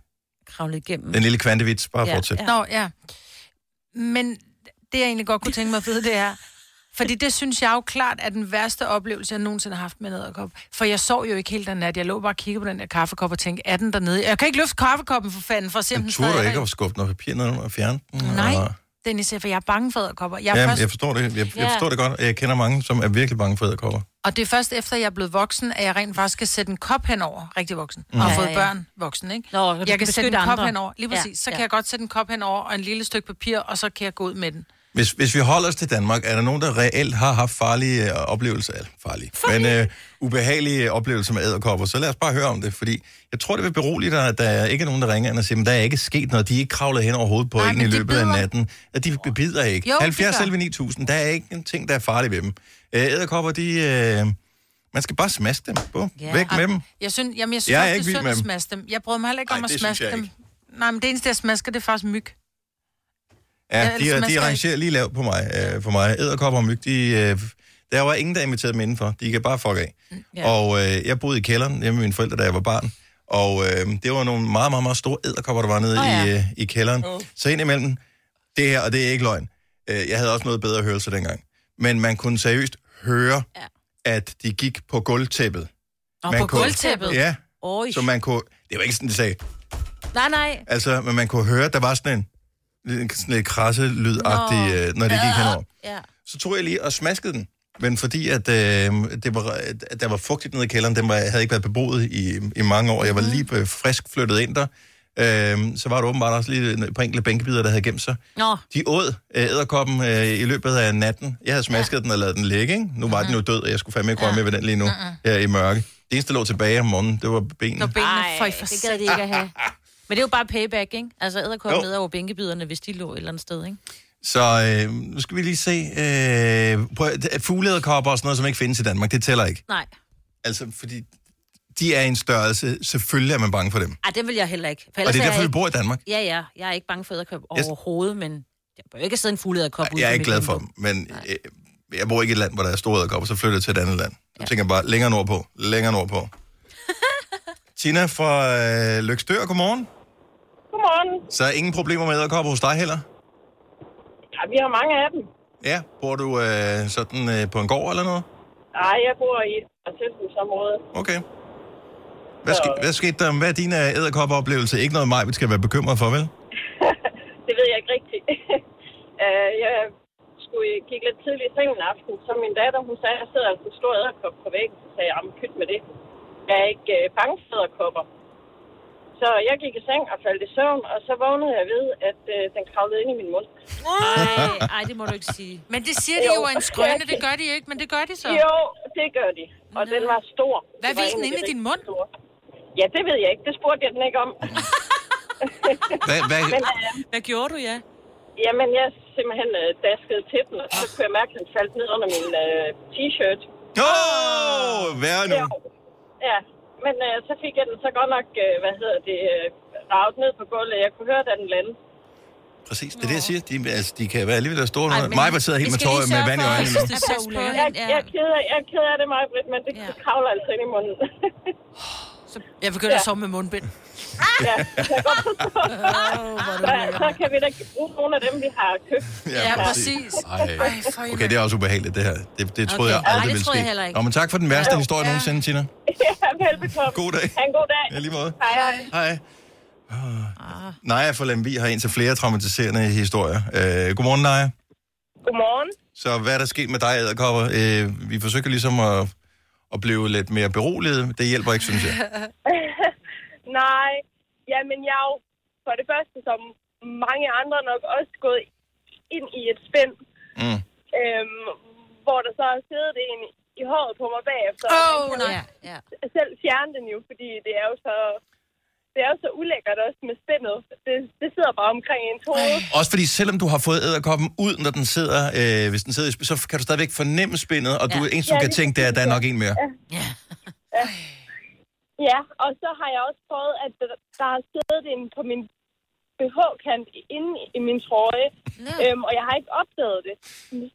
D: kravlet igennem.
A: Den lille kvantevits, bare
C: ja,
A: fortsæt.
C: Ja. Nå, ja. Men det, jeg egentlig godt kunne tænke mig at vide, det er... Fordi det synes jeg jo klart er den værste oplevelse, jeg nogensinde har haft med en æderkop. For jeg sov jo ikke helt den nat. Jeg lå bare og kiggede på den der kaffekop og tænkte, er den dernede? Jeg kan ikke løfte kaffekoppen for fanden, for at se, om den
A: Turde
C: stadig
A: du
C: er
A: ikke
C: der.
A: at skubbe noget papir ned og fjerne den?
C: Nej,
A: Eller?
C: Dennis, for jeg er bange for æderkopper. Jeg
A: Jeg,
C: er
A: ja,
C: først
A: jeg forstår det. Jeg,
C: Ja.
A: jeg forstår det godt. og Jeg kender mange, som er virkelig bange for æderkopper.
C: Og det er først efter, jeg er blevet voksen, at jeg rent faktisk skal sætte en kop henover, rigtig voksen, mm. og har
D: Ja,
C: fået
D: ja.
C: børn voksen, ikke?
D: Nå,
C: jeg kan sætte en kop
D: andre.
C: henover, lige præcis. Ja, så kan ja. jeg godt sætte en kop henover og en lille stykke papir, og så kan jeg gå ud med den.
A: Hvis, hvis vi holder os til Danmark, er der nogen, der reelt har haft farlige øh, oplevelser? Eller farlige, farlige. men øh, ubehagelige oplevelser med æderkopper. Så lad os bare høre om det, fordi jeg tror, det vil berolige dig, at der er ikke er nogen, der ringer ind og siger, men der er ikke sket noget. De er ikke kravlet hen over hovedet på
C: Nej,
A: Nej, en i
C: men de
A: løbet af
C: bider.
A: natten. At de bebider ikke.
C: Jo, de
A: 70
C: gør.
A: selv 9000, der er ikke en ting, der er farlig ved dem. Øh, Æderkopper, de... Øh, man skal bare smaske dem. Bum,
C: Ja.
A: Væk med
C: Ej,
A: dem.
C: Jeg synes, jamen, jeg synes
A: Jeg er
C: jeg
A: ikke
C: også, det
A: vild
C: er synd at
A: med dem.
C: smaske dem. Jeg brød mig heller ikke om
A: Ej,
C: at
A: det synes
C: smaske
A: jeg
C: dem. Nej, men det eneste, jeg smasker, det er faktisk myg.
A: Ja,
C: Ja, ellers
A: de,
C: man
A: de
C: skal
A: rangerer lige lavt på mig. Øh, for mig. Æderkopper og myg, de, øh, der var ingen, der inviterede dem indenfor. De kan bare fuck af.
D: Ja.
A: Ja. Og øh, jeg boede i kælderen hjemme med mine forældre, da jeg var barn. Og øh, det var nogle meget, meget, meget store æderkopper, der var nede
D: Åh,
A: oh, ja.
D: ja.
A: i, øh, i kælderen. Oh. Så indimellem, det her, og det er ikke løgn. Øh, jeg havde også noget bedre hørelse dengang. Men man kunne seriøst høre, ja. at de gik på gulvtæppet.
D: Nå,
A: Man
D: på gulvtæppet?
A: Ja.
D: Oj.
A: Så man kunne... Det var ikke sådan, de sagde.
D: Nej, nej.
A: Altså, men man kunne høre, der var sådan en, en sådan lidt krasse lydagtig, øh, når de gik henover.
D: Ja.
A: Så tog jeg lige og smaskede den. Men fordi at, øh, det var, at der var fugtigt nede i kælderen, den var, havde ikke været beboet i, i mange år, jeg
D: Mhm.
A: var lige øh, frisk flyttet ind der, øh, så var der åbenbart også lige et par enkelte bænkebider, der havde gemt sig.
D: Nå.
A: De åd øh, æderkoppen øh, i løbet af natten. Jeg havde smasket ja. den og lavet den ligge, ikke? Nu
D: Mhm.
A: var den jo død, og jeg skulle fandme ikke røre med ved den lige nu, her i mørke. Det eneste, der lå tilbage om morgenen, det var benene.
D: Ej,
C: for i
D: det gad de ikke at have. Men det er jo bare payback, ikke? Altså, æderkop
A: Jo.
D: med over bænkebiderne, hvis de lå et eller andet sted, ikke?
A: Så øh, nu skal vi lige se. Øh, prøv, fuglederkopper og sådan noget, som ikke findes i Danmark, det tæller ikke.
D: Nej.
A: Altså, fordi de er i en størrelse. Selvfølgelig er man bange for dem.
D: Ej, det vil jeg heller ikke. For
A: Og
D: ellers
A: det er
D: jeg
A: derfor, vi
D: ikke-
A: bor i Danmark.
D: Ja, ja. Jeg er ikke bange for æderkop
A: Yes.
D: overhovedet, men jeg bør jo ikke sidde en fuld æderkop ude
A: Jeg er
D: på
A: ikke
D: mit
A: glad for
D: vindue.
A: dem, men øh, jeg bor ikke i et land, hvor der er store æderkopper, så flytter jeg til et andet land. Så tænker jeg bare, længere nordpå, længere nordpå. Tina fra øh, Lykstør, godmorgen.
N: Godmorgen.
A: Så er ingen problemer med æderkopper hos dig heller?
N: Ja, vi har mange af dem.
A: Ja, bor du øh, sådan øh, på en gård eller noget?
N: Nej, jeg bor i et tilsynsområde.
A: Okay. Hvad, ske, hvad skete der? Hvad er din øh, æderkoppeoplevelse? Ikke noget mig, vi skal være bekymret for, vel?
N: Det ved jeg ikke rigtigt. Øh, jeg skulle kigge lidt tidligt i seng en aften, så min datter, hun sagde, at der sidder altså en stor æderkop på væggen. Så sagde jeg, jamen pyt med det. Jeg er ikke øh, bange for æderkopper. Så jeg gik i seng og faldt i søvn, og så vågnede jeg ved, at øh, den kravlede ind i min mund.
D: Nej, ej, det må du ikke sige.
C: Men det siger de jo er en skrøne, det gør de ikke, men det gør de så.
N: Jo, det gør de. Og den var stor.
C: Hvad
N: Det var
C: viste den
N: en af
C: inde
N: de
C: i din mund?
N: Ja, det ved jeg ikke. Det spurgte jeg den ikke om.
A: Hvad, hvad,
N: Men, øh,
D: Hvad gjorde du, ja?
N: jamen, jeg simpelthen øh, daskede til den, og
A: Ah.
N: så kunne jeg mærke, at den faldt ned under min øh, t-shirt.
A: Åh, oh, hvad nu?
N: Ja, men øh, så fik jeg den så godt nok, øh, hvad hedder det, øh, ravet ned på gulvet. Jeg kunne høre, da den landede.
A: Præcis, det er det, jeg siger. De, altså, de kan være alligevel store.
N: Ej,
A: Ej,
N: men-
A: Mig var sidder helt
N: Vi
A: med,
N: skal
A: tårer,
N: lige
A: med
N: sørge
A: vand i
N: for,
A: øjnene
N: at
A: nu.
N: det er så ulækkert. Jeg, jeg, er ked af, jeg er ked af det meget, Britt, men det ja. kravler altså ind i munden.
C: Jeg begynder
N: Ja.
C: at sove med mundbind.
N: Ja, jeg kan godt forstå. så, så kan vi da bruge nogle af dem, vi har købt.
A: Ej. Okay, det er også ubehageligt, det her. Det, det troede
N: Okay.
A: okay. jeg
N: Ej,
A: aldrig
N: det
A: ville
N: troede jeg
A: ske.
N: heller ikke.
A: Nå, men tak for den værste
N: Ja.
A: historie
N: Ja.
A: nogensinde, Tina.
N: ja, velbekomme.
A: God dag.
N: Ha' en god dag.
A: Ja, lige måde.
N: Hej, hej.
A: Hej.
N: Ah.
A: Naja fra Lemvi har en til flere traumatiserende historier. Øh, godmorgen, Naja.
N: Godmorgen.
A: Så hvad er der sket med dig, æderkopper? Øh, vi forsøger ligesom at, at blive lidt mere beroliget. Det hjælper ikke, synes jeg.
N: Nej, jamen jeg er jo for det første, som mange andre nok også gået ind i et spænd,
A: Mm.
N: øhm, hvor der så har siddet en i håret på mig bagefter.
D: Åh,
N: Man kan jo
D: nej,
N: Selv fjerne den jo, fordi det er jo så... Det er jo så ulækkert også med spændet. Det, det sidder bare omkring ens hoved.
A: Også fordi selvom du har fået æderkoppen ud, når den sidder, øh, hvis den sidder, i sp- så kan du stadigvæk fornemme spændet, og du ja. eneste, du
N: Ja,
A: kan
N: lige
A: tænke, det er, at der er
N: præcis,
A: nok en mere.
N: Ja. Ja. ja, og så har jeg også prøvet, at der- der har siddet en på min BH-kant inde i min trøje, øhm, og jeg har ikke opdaget det.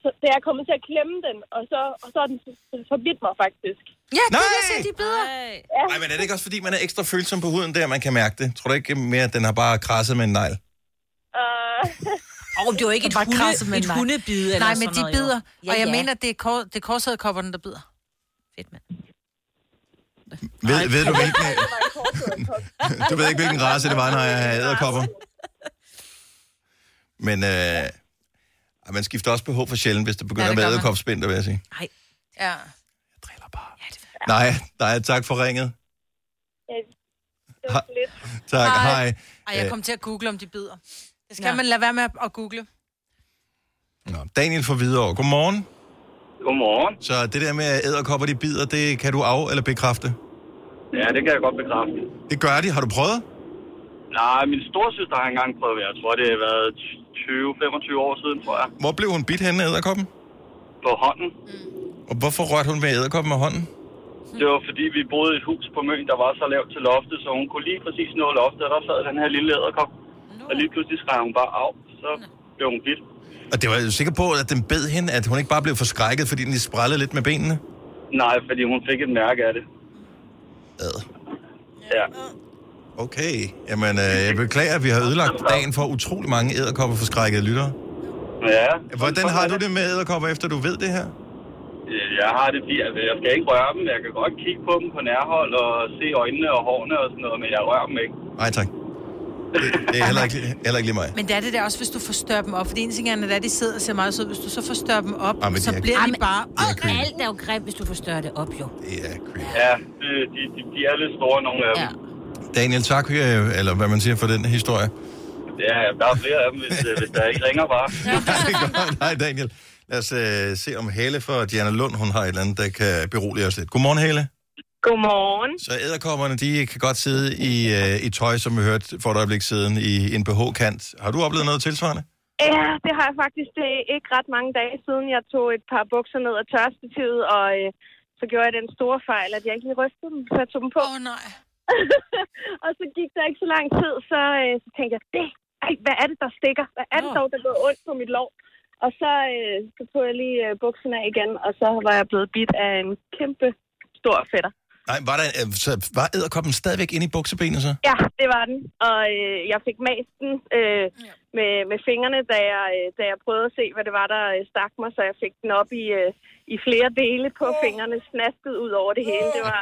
N: Så, så jeg er kommet til at klemme den, og så, og så er den f- forbidt mig faktisk.
D: Ja,
A: det er Nej! så
D: de bedre.
A: Ja. Ej, men er det ikke også, fordi man er ekstra følsom på huden der, man kan mærke det? Tror du ikke mere, at den har bare krasset med en negl?
C: Åh, oh, det var ikke et,
D: Bare krasse
C: hunde,
D: med
C: et
D: en vej.
C: hundebid eller
D: Nej, men
C: sådan
D: de
C: noget, jo.
D: bider,
C: Ja, og jeg
D: ja.
C: mener, det er, kor, det er korsæderkopperne, der bider.
A: Ved, ved du, hvilken, du ved ikke, hvilken race det var, når jeg havde æderkopper? Men øh, ej, man skifter også behov for sjældent, hvis det begynder
C: Ja,
A: ja,
C: det
A: det at
C: gør
A: være
C: man.
A: æderkopspind, der vil jeg sige.
C: Nej. Ja.
A: Ja. Nej, nej, tak for ringet.
N: Ja, det
A: var
N: lidt.
A: Tak, hej.
C: Ej, jeg
A: Øh,
C: kom til at google, om de bider. Det skal man lade være med at google.
A: Nå, Daniel fra Hvidovre, godmorgen.
O: Godmorgen.
A: Så det der med at æderkopper, de bider, det kan du af- eller bekræfte?
O: Ja, det kan jeg godt bekræfte.
A: Det gør de, har du prøvet?
O: Nej, min storsøster har engang prøvet, jeg tror, det har været 20-25 år siden, tror jeg,
A: Hvor blev hun bidt henne af æderkoppen?
O: på hånden.
A: Og hvorfor rørte hun med æderkoppen med hånden?
O: Mm. Det var fordi, vi boede i et hus på Møn, der var så lavt til loftet, så hun kunne lige præcis nå loftet, og der sad den her lille æderkop. Og lige pludselig skreg hun bare af, så blev hun bidt.
A: Og det var jeg jo sikker på, at den bed hende, at hun ikke bare blev forskrækket, fordi den lige sprællede lidt med benene.
O: Nej, fordi hun fik et mærke af det.
A: Ad.
O: Ja.
A: Okay, jamen øh, jeg beklager, at vi har ødelagt dagen for utrolig mange æderkopper forskrækkede lyttere.
O: Ja.
A: Hvordan har du det med æderkopper, efter du ved det her?
O: Øh, Jeg har det fint. Altså, jeg skal ikke røre dem. Jeg kan godt kigge på dem på nærhold og se øjnene og hårene og sådan noget, men jeg rører dem ikke.
A: Nej, tak. Det, det er heller ikke, heller ikke lige mig.
C: Men det er det der også, hvis du forstørrer dem op. For det ene ting er, at de sidder og ser meget søde. Hvis du så forstørrer dem op,
A: Ah, men
C: så
A: de er-
C: bliver
A: Ah,
C: de
A: men-
C: bare...
A: de er creepy.
D: Alt er jo grimt, hvis du forstørrer det op, jo.
A: Det er creepy.
O: Ja, de, de, de, de er lidt store, nogle af dem.
A: Daniel, tak, øh, eller hvad man siger for den historie.
O: Ja, der er flere af dem, hvis, øh, hvis der ikke ringer bare.
A: Nej, Daniel. Lad os øh, se om Hale fra Diana Lund, hun har et eller andet, der kan berolige os lidt. Godmorgen, Hale.
N: Godmorgen.
A: Så æderkopperne, de kan godt sidde i, øh, i tøj, som vi hørte for et øjeblik siden, i en BH-kant. Har du oplevet noget tilsvarende?
N: Ja, det har jeg faktisk. Det er ikke ret mange dage siden, jeg tog et par bukser ned af tørstativet, og øh, så gjorde jeg den store fejl, at jeg ikke lige rystede dem, så jeg tog dem på.
C: Åh, oh, nej.
N: og så gik der ikke så lang tid, så, øh, så tænkte jeg, det, ej, hvad er det, der stikker? Hvad er det dog, der går ondt på mit lov? Og så, øh, så tog jeg lige øh, bukserne af igen, og så var jeg blevet bidt af en kæmpe stor fætter.
A: Nej, var, der, øh, så var æderkoppen stadigvæk inde i buksebenet så?
N: Ja, det var den. Og øh, jeg fik mast den øh, med, med fingrene, da jeg, øh, da jeg prøvede at se, hvad det var, der øh, stak mig. Så jeg fik den op i, øh, i flere dele på fingrene, snasket ud over det hele. Det var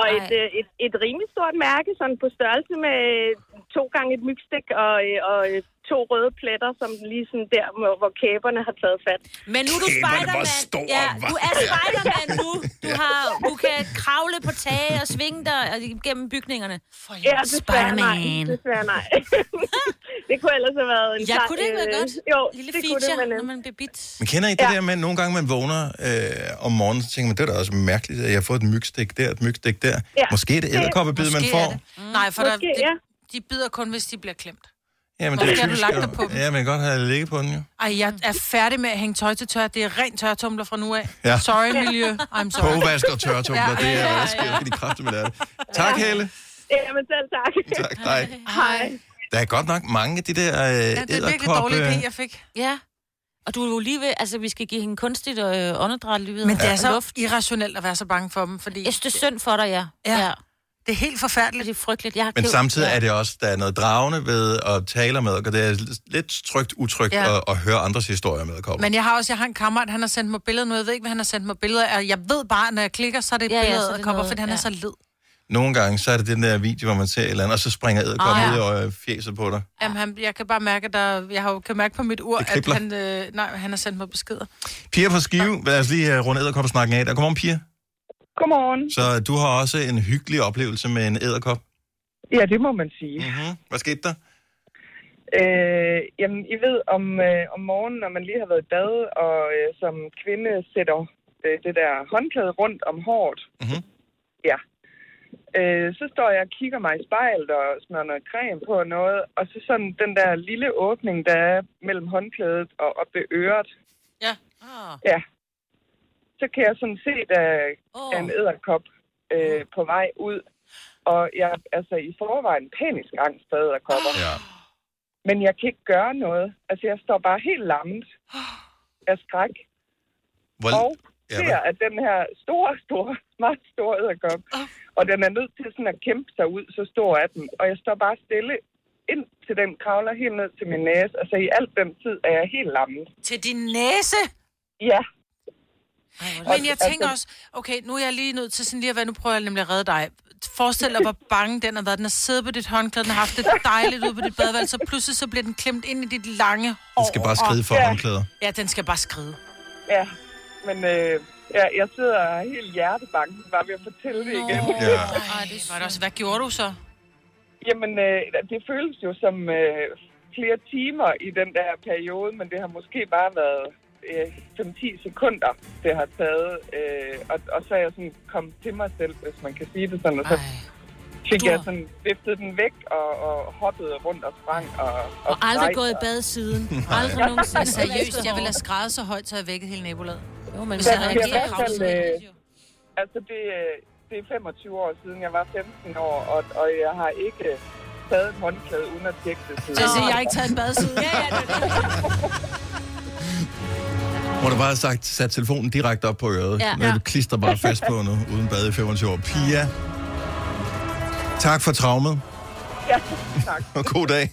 N: og et, øh, et, et rimelig stort mærke, sådan på størrelse med øh, to gange et mygstik og, øh, og øh, to røde pletter, som lige sådan der, hvor, hvor kæberne har taget fat.
D: Men nu er du
N: Kæberne, hvor
D: Spider-Man.
N: stor
D: Ja,
N: var
D: du er
N: den?
D: Spider-Man nu. Du, har, du kan kravle på tage og svinge dig øh, gennem bygningerne. For
N: Ja, desværre nej. Desværre nej. det kunne ellers have været en
D: Ja,
N: sej-
D: kunne det ikke være
N: øh,
D: godt?
N: Jo,
D: Lille
N: det kunne det,
D: feature,
N: men, øh,
D: når man bliver bidt.
A: Men kender I det ja. der med, at nogle gange man vågner øh, om morgenen, så tænker man, det er da også mærkeligt, at jeg har fået et mygstik der, et mygstik der. Ja. Måske er det æderkoppebid, man
C: Måske er
A: får.
C: det.
D: Mm.
C: Nej, for
N: Måske,
C: der, det,
N: ja.
C: de bider kun, hvis de bliver klemt.
A: Ja, men
C: Måske
A: det er
C: har du
A: typisk,
C: lagt dig på
A: jo. Ja, men jeg kan godt have ligget på den, jo.
C: Ej, jeg
D: Mm.
C: er færdig med at hænge tøj til tør. Det er rent tørretumbler fra nu af.
A: Ja.
C: Ja. Sorry, miljø. I'm sorry.
A: Kogevask og tørretumbler, det er også sker, fordi kraftigt med det. Tak, Helle.
N: Jamen selv tak.
A: Tak, hej.
C: Hej.
A: Der er godt nok mange af de der øh,
D: Ja, det er virkelig
A: edderkoppe-
D: dårlig idé,
A: Ja,
D: jeg fik. Ja. Og du er jo lige ved, altså vi skal give hende kunstigt og øh, åndedræt lige ved.
C: Men det er
D: Ja.
C: så irrationelt at være så bange for dem, fordi...
D: Jeg synes, det er synd for dig, ja.
C: Ja. Det er helt forfærdeligt.
D: Det er frygteligt. Jeg har
A: Men samtidig er det også, der er noget dragende ved at tale med, og det er lidt trygt, utrygt
C: Ja.
A: ja. at, at høre andres historier med at komme.
C: Men jeg har også, jeg har en kammerat, han har sendt mig billeder nu, jeg ved ikke, hvad han har sendt mig billeder af. Jeg ved bare, når jeg klikker, så er det et
D: Ja,
C: ja,
D: ja,
C: billede,
D: så
C: ja,
D: er det
C: der kommer,
D: noget,
C: fordi han
D: ja.
C: er så led.
A: Nogle gange, så er det den der video, hvor man ser et eller andet, og så springer æderkoppen
C: Ah,
A: ah,
C: ja.
A: ja. ud over fjeset på dig.
C: Jamen, han, jeg kan bare mærke, at der, jeg har, jo- kan mærke på mit ur,
A: Det
C: at
A: kribler.
C: han, øh, nej, han har sendt mig beskeder.
A: Pia fra Skive, lad os lige øh, runde æderkoppesnakken af. Der kommer Pia.
P: Godmorgen.
A: Så du har også en hyggelig oplevelse med en æderkop.
P: Ja, det må man sige.
A: Mm-hmm. Hvad skete der?
P: Øh, jamen, I ved, om, øh, om morgenen, når man lige har været i bad, og øh, som kvinde sætter øh, det der håndklæde rundt om håret.
A: Mm-hmm.
P: Ja. Øh, så står jeg og kigger mig i spejlet og smører noget creme på og noget, og så sådan den der lille åbning, der er mellem håndklædet og op ved øret.
C: Ja. Ah.
P: Ja. Så kan jeg sådan se, at der er en æderkop øh, på vej ud. Og jeg er altså i forvejen panisk angst for æderkopper.
A: Ja.
P: Men jeg kan ikke gøre noget. Altså, jeg står bare helt lammet af skræk.
A: Hvor...
P: Og
A: Ja,
P: ser, at den her store, store, meget store æderkop, og den er nødt til sådan at kæmpe sig ud, så stor er den. Og jeg står bare stille ind til den kravler helt ned til min næse. Altså, i alt den tid er jeg helt lammet.
C: Til din næse?
P: Ja.
C: Men jeg tænker også, okay, nu er jeg lige nødt til sådan lige at være, nu prøver jeg nemlig at redde dig. Forestil dig, hvor bange den har været. Den har siddet på dit håndklæde, den har haft det dejligt ude på dit badeværelse, så pludselig så bliver den klemt ind i dit lange hår.
A: Den skal bare skride for
C: og-
A: håndklæder.
C: Ja, den skal bare skride.
P: Ja, men øh, ja, jeg sidder helt hjertebanken bare ved at fortælle det igen.
A: Ja.
C: Ej, det var det også. Hvad gjorde du så?
P: Jamen, øh, det føles jo som øh, flere timer i den der periode, men det har måske bare været øh, 5-10 sekunder, det har taget. Øh, og, og så er jeg sådan kommet til mig selv, hvis man kan sige det sådan, og så fik jeg sådan viftet den væk og, og hoppede rundt og sprang. Og, og,
D: Og aldrig
P: skreg,
D: gået i
P: og-
D: bad siden.
P: Nej.
D: Aldrig nogensinde.
P: Altså,
C: Seriøst, jeg ville have skrevet så højt, så jeg vækkede hele nabolaget. Jo, men
P: Så det er i hvert fald, øh, altså det, øh, det er 25 år siden, jeg var 15 år, og, og jeg har ikke øh, taget et håndklæde uden at tjekke det. siden.
C: Så jeg siger, jeg har ikke taget en badeside. ja, ja,
A: Må du bare have sagt, sat telefonen direkte op på øret.
C: Ja.
A: Ja. Ja. Klister bare fast på nu, uden bad i 25 år. Pia, tak for traumet,
P: Ja, tak.
A: og god dag.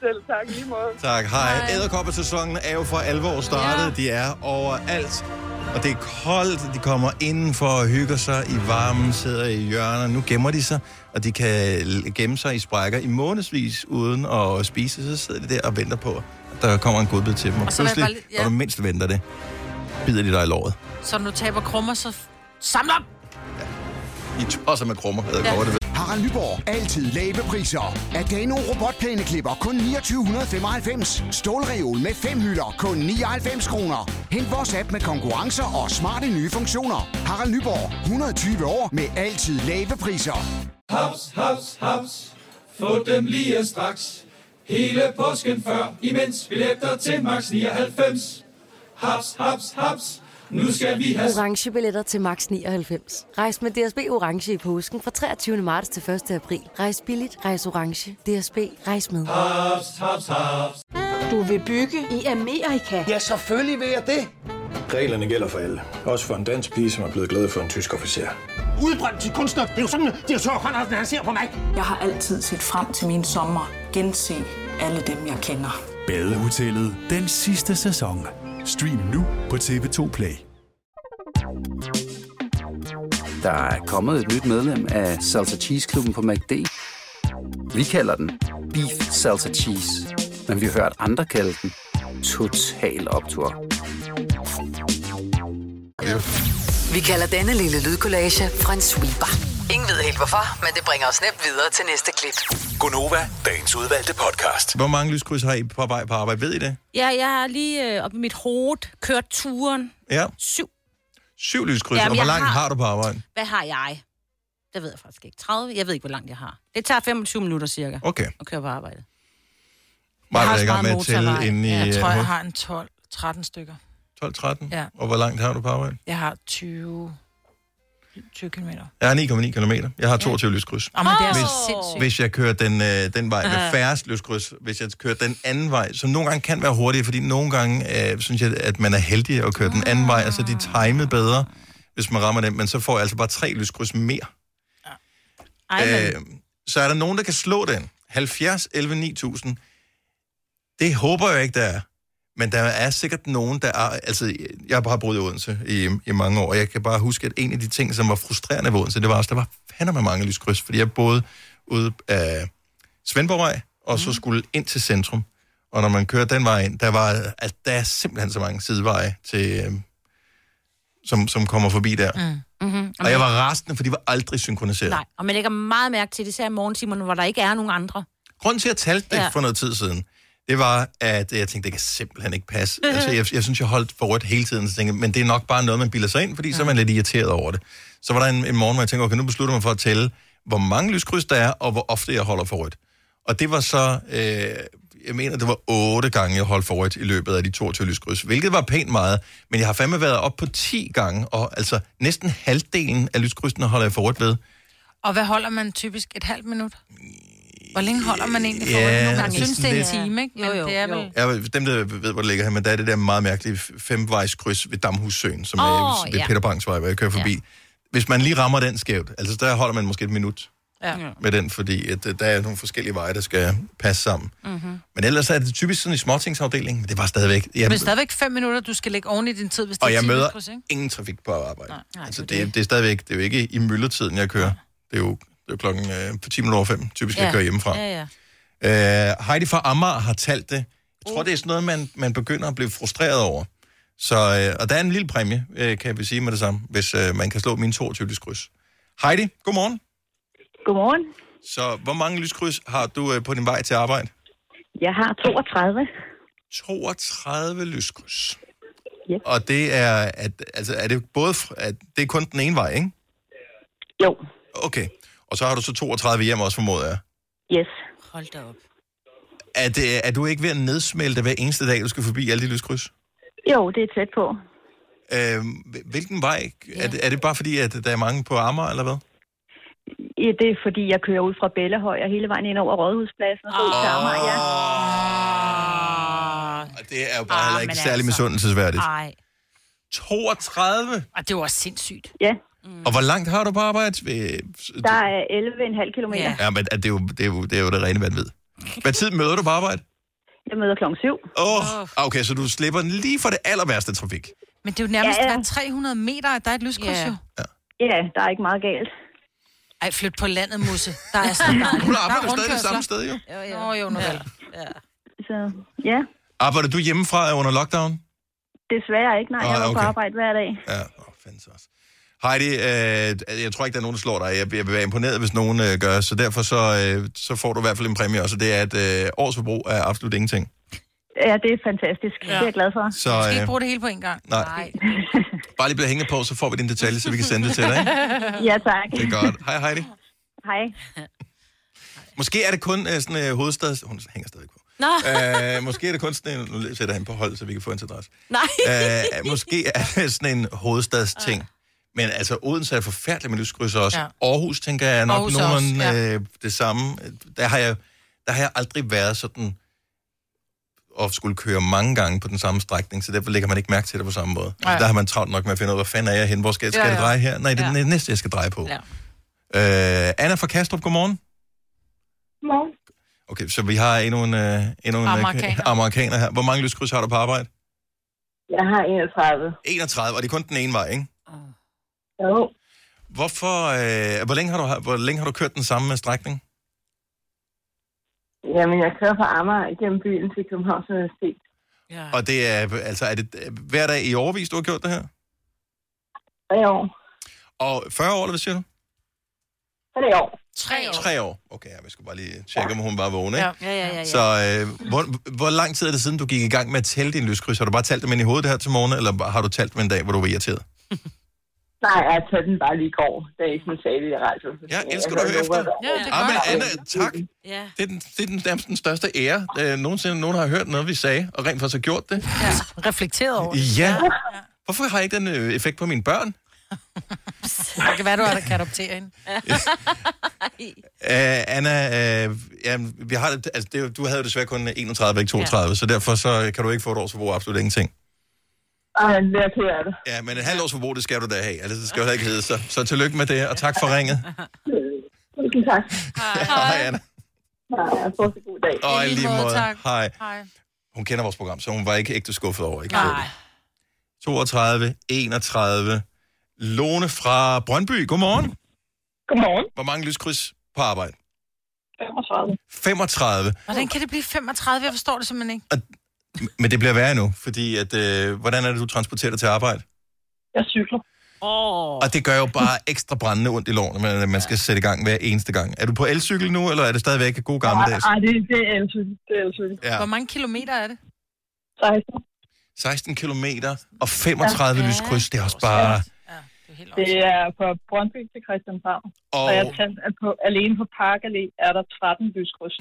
P: Selv tak i lige måde.
A: Tak, hej. Æderkoppesæsonen er jo for alvor startet. Ja. De er overalt. Og det er koldt, de kommer indenfor og hygger sig i varmen, sidder i hjørner. Nu gemmer de sig, og de kan l- gemme sig i sprækker i månedsvis uden at spise. Så sidder de der og venter på, at der kommer en godbid til dem. Og
C: Og så vil jeg
A: pludselig,
C: bare lige- ja.
A: når du mindst venter det, bider de dig i låret.
C: Så når du taber krummer, så samle op!
A: I tosser med krummer, æderkopper, det ved.
Q: Harald Nyborg. Altid lave priser. Adano robotplæneklipper kun 2995. Stålreol med fem hylder kun 99 kroner. Hent vores app med konkurrencer og smarte nye funktioner. Harald Nyborg. 120 år med altid lave priser.
R: Haps, haps, haps. Få dem lige straks. Hele påsken før, imens billetter til max 99. Haps, haps, haps. Nu skal vi have...
S: orange billetter til max 99. Rejs med DSB orange i påsken fra 23. marts til 1. april. Rejs billigt, rejs orange. DSB rejs med.
R: Haps, haps, haps.
T: Du vil bygge i Amerika? Ja, selvfølgelig vil jeg det.
F: Reglerne gælder for alle. Også for en dansk pige, som er blevet glad for en tysk officer.
J: Udbrændt til kunstner. Det er jo sådan, at de har tørt, han, han ser på mig.
I: Jeg har altid set frem til min sommer, gense alle dem, jeg kender.
K: Badehotellet den sidste sæson. Stream nu på TV2 Play.
L: Der er kommet et nyt medlem af Salsa Cheese Klubben på MACD. Vi kalder den Beef Salsa Cheese, men vi har hørt andre kalde den Total Optor.
E: Vi kalder denne lille lydkollage en sweeper. Ingen ved helt hvorfor, men det bringer os nemt videre til næste klip.
K: Gonova, dagens udvalgte podcast.
A: Hvor mange lyskryds har I på vej på arbejde? Ved I det?
D: Ja, jeg har lige øh, op i mit hoved kørt turen.
A: Ja.
D: Syv.
A: Syv lyskryds,
D: Ja,
A: ja,
D: men
A: og hvor
D: jeg
A: langt
D: har-
A: har... har du på arbejde?
D: Hvad har jeg? Det ved jeg faktisk ikke. 30? Jeg ved ikke, hvor langt jeg har. Det tager 25 minutter cirka
A: Okay.
D: at køre på arbejde.
A: Meget
D: også
A: er i gang
D: meget
A: med at tælle
D: motorvej.
A: inde i...
C: Jeg tror,
A: øh,
C: jeg har en 12-13 stykker.
A: 12-13?
C: Ja.
A: Og hvor langt har du på arbejde?
C: Jeg har 20... 20 kilometer.
A: Jeg har 9,9 km. Jeg har 22 ja. lyskryds.
C: Jamen, det er
A: hvis,
C: så sindssygt.
A: hvis jeg kører den, øh, den vej med
C: Ja.
A: færrest lyskryds, hvis jeg kører den anden vej, som nogle gange kan være hurtigere, fordi nogle gange øh, synes jeg, at man er heldig at køre den anden vej, altså de er timet bedre, hvis man rammer den, men så får jeg altså bare tre lyskryds mere. Øh, så er der nogen, der kan slå den. 70, 11, 9000. Det håber jeg ikke, der er. Men der er sikkert nogen, der er... Altså, jeg har bare boet i Odense i, i mange år, og jeg kan bare huske, at en af de ting, som var frustrerende ved Odense, det var også, der var fandme mange lyskryds, fordi jeg boede ude af Svendborgvej, og så skulle ind til centrum. Og når man kører den vej ind, der, var, altså, der er simpelthen så mange sideveje, til, øh, som, som kommer forbi der. Mm.
D: Mm-hmm.
A: Og jeg var rasende, for de var aldrig synkroniseret.
D: Nej, og man lægger meget mærke til det, især i morgentimerne, hvor der ikke er nogen andre.
A: Grunden til, at jeg talte det
D: Ja.
A: ja. for noget tid siden, det var, at jeg tænkte, det kan simpelthen ikke passe. Altså, jeg, jeg synes, jeg holdt for rødt hele tiden, så tænkte, jeg, men det er nok bare noget, man bilder sig ind, fordi ja. så er man lidt irriteret over det. Så var der en, en morgen, hvor jeg tænkte, okay, nu beslutter man for at tælle, hvor mange lyskryds der er, og hvor ofte jeg holder for rødt. Og det var så, øh, jeg mener, det var otte gange, jeg holdt for rødt i løbet af de 22 lyskryds, hvilket var pænt meget, men jeg har fandme været op på 10 gange, og altså næsten halvdelen af lyskrydsene holder jeg for rødt ved.
C: Og hvad holder man typisk? Et halvt minut? Hvor længe holder man egentlig for
A: Ja,
C: yeah, nogle gange?
A: det
C: Jeg
A: er
C: synes, det er
A: sådan
C: en
A: lidt-
C: time, ikke? Men jo, jo, det er vel...
A: Ja, dem, der ved, hvor det ligger her, men der er det der meget mærkelige femvejskryds ved Damhussøen, som oh,
C: Åh,
A: er ved
C: ja.
A: ja. Peter Bangs vej, hvor jeg kører forbi.
C: Ja.
A: Ja. Hvis man lige rammer den skævt, altså der holder man måske et minut
C: Ja.
A: med den, fordi at, øh, der er nogle forskellige veje, der skal passe sammen.
C: Mm-hmm.
A: Men ellers er det typisk sådan i småtingsafdelingen, men det var stadigvæk...
C: Ja,
A: Jeg,
C: men stadigvæk fem minutter, du skal lægge oven i din tid, hvis det
A: og
C: er
A: jeg
C: 10
A: møder
C: minutter, ikke?
A: ingen trafik på arbejde. Nej,
C: nej,
A: altså, det, er- det, er stadigvæk, det er jo ikke i myldretiden, jeg kører. Det er jo, det er jo klokken øh, 10 minutter over 5, typisk, ja. jeg kører hjemmefra.
D: Ja, ja.
A: Øh, Heidi fra Amager har talt det. Jeg tror, det er sådan noget, man, man begynder at blive frustreret over. Så, øh, og der er en lille præmie, øh, kan jeg sige med det samme, hvis øh, man kan slå min 22 lyskryds. Heidi, godmorgen.
U: Godmorgen.
A: Så hvor mange lyskryds har du øh, på din vej til arbejde?
U: Jeg har 32.
A: 32 lyskryds. Yep. Og det er, at, altså, er det både, fr- at det er kun den ene vej, ikke?
U: Jo.
A: Okay. Og så har du så 32 hjem også, formoder jeg.
U: Yes.
D: Hold da op.
A: Er, det, er du ikke ved at nedsmelte hver eneste dag, du skal forbi alle de lyskryds?
U: Jo, det er tæt på.
A: Øh, hvil- hvilken vej? Er, det, er det bare fordi, at der er mange på Amager, eller hvad?
U: Ja, Det er fordi, jeg kører ud fra Bellehøj og hele vejen ind over Rådhuspladsen og så ud til Amager, ja.
A: Og det er jo bare ah, heller ikke særlig altså. misundelsesværdigt. Ah.
C: Nej.
A: 32?
C: Og det var sindssygt.
U: Ja,
A: Og hvor langt har du på arbejde? Øh, s-
U: der er 11,5 km. Ja.
A: Ja, men er det, er jo, det, er jo, det er jo det rene vanvid. Hvad tid møder du på arbejde?
U: Jeg møder klokken 7.
A: Åh, oh, okay, så du slipper den lige for det aller værste trafik.
C: Men det er jo nærmest
U: Ja,
C: ja,
U: ja.
C: ja. hver 300 meter, at der er et lyskryds
U: Ja.
C: jo.
U: Ja, der er ikke meget galt.
C: Ej, flyt på landet, Musse. Der er sådan dejligt.
U: Hun
C: Der er
U: arbejder stadig
C: rundkørsler.
A: det samme sted, jo.
C: Jo, jo. Nå, jo, nu vel.
U: Så ja,
A: Arbejder du hjemmefra under lockdown?
U: desværre ikke. Nej, jeg
A: Ah,
U: var på
A: okay.
U: arbejde hver dag.
A: Ja, åh, oh, fandens også. Heidi, øh, jeg tror ikke, der er nogen, der slår dig. Jeg, jeg vil være imponeret, hvis nogen øh, gør, så derfor så, øh, så får du i hvert fald en præmie også, og det er et øh, års forbrug af absolut ingenting.
U: Ja, det er fantastisk. Ja. Det er jeg glad for.
A: Så, Du skal ikke øh, bruge
U: det hele på en gang.
A: nej. Nej. Bare lige blive hængende på, så får vi din detalje, så vi kan sende det til dig. Ikke?
U: ja, tak.
A: Det er godt. Hej Heidi.
U: Hej.
A: Måske er det kun øh, sådan øh, hovedstads... Hun hænger stadig på.
D: Nå.
A: Øh, måske er det kun sådan en... Nu sætter jeg hende på hold, så vi kan få en adresse.
D: Nej.
A: Øh, måske er det sådan en hovedstadsting. Men altså, Odense er forfærdelig med lyskrydser også.
D: Ja.
A: Ja. Aarhus, tænker jeg, er nok
D: Aarhus
A: Aarhus
D: også,
A: nogenlunde
D: ja.
A: øh, det samme. Der har, jeg, der har jeg aldrig været sådan og skulle køre mange gange på den samme strækning, så derfor lægger man ikke mærke til det på samme måde.
D: Nej.
A: Altså, der har man travlt nok med at finde ud af, hvor fanden er jeg henne? Hvor skal, skal
D: Ja,
A: jeg
D: ja.
A: dreje her? Nej, det er
D: Ja.
A: den næste, jeg skal dreje på.
D: Ja.
A: Ja. Øh, Anna fra Kastrup, godmorgen.
V: Godmorgen.
A: Okay, så vi har endnu en, øh, endnu en øh,
V: Amerikaner.
A: amerikaner her. Hvor mange lyskryds har du på arbejde?
V: Jeg har 31.
A: 31, og det er kun den ene vej, ikke?
V: Jo,
A: Hvorfor, øh, hvor, længe har du, hvor længe har du kørt den samme strækning?
V: jamen jeg kører fra Amager igennem byen til Københavns Universitet.
A: Ja. Og det er, altså, er det øh, hver dag i overvis, du har gjort det her?
V: Tre år.
A: Og 40 år, eller hvad siger du?
V: Tre år.
C: Tre år.
A: 3 år. Okay, ja, vi skulle bare lige tjekke, om hun var vågen, ikke?
V: Ja, ja, ja, ja, ja.
A: Så øh, hvor, hvor lang tid er det siden, du gik i gang med at tælle dine lyskryds? Har du bare talt dem ind i hovedet her til morgen, eller har du talt dem en dag, hvor du var irriteret?
V: Nej, jeg tager den bare lige i går, da I sådan sagde det i radio.
A: Ja, elsker du at høre efter. Ah, men Anna, tak.
D: Ja.
A: Det er, den, det er den, nærmest den største ære, øh, nogensinde nogen har hørt noget, vi sagde, og rent faktisk har gjort det.
C: Ja. Reflekteret over det.
A: Ja. Hvorfor har jeg ikke den øh, effekt på mine børn?
C: Det kan være, du har der kan adoptere hende.
A: Uh, Anna, uh, ja, vi har, det- altså, det, er jo- du havde jo desværre kun 31, ikke 32, ja. så derfor så kan du ikke få et års forbrug af absolut ingenting.
V: Ej, det er jeg ked af det.
A: Ja, men et halvt års forbrug, det skal du da have. Altså, det skal jo heller ikke hedde sig. Så tillykke med det, og tak for ringet.
V: Tusind tak.
A: Hej, Anna.
V: Ja, få en god dag.
A: Og i lige måde.
V: tak.
A: Hej.
V: Hej.
A: Hun kender vores program, så hun var ikke ægte skuffet over. Ikke? at få
V: Nej.
A: det. 32, 31. Lone fra Brøndby, godmorgen.
V: Godmorgen.
A: Hvor mange lyskryds på arbejde?
V: 35.
A: 35.
C: Hvordan kan det blive 35? Jeg forstår det simpelthen ikke.
A: Men det bliver værre nu, fordi at, øh, hvordan er det, du transporterer dig til arbejde?
V: Jeg cykler.
C: Åh.
A: Og det gør jo bare ekstra brændende ondt i lårene, man, man skal sætte i gang hver eneste gang. Er du på elcykel nu, eller er det stadigvæk god gammeldags?
V: Nej, det, det er elcykel. Det er elcykel.
A: Ja.
C: Hvor mange kilometer er det?
V: 16.
A: 16 kilometer og 35 ja. lyskryds, det er også bare...
V: Det er fra Brøndby til Christianshavn.
A: Og-
V: Og jeg talte, at på, alene på Parkallé er der 13 lyskryds.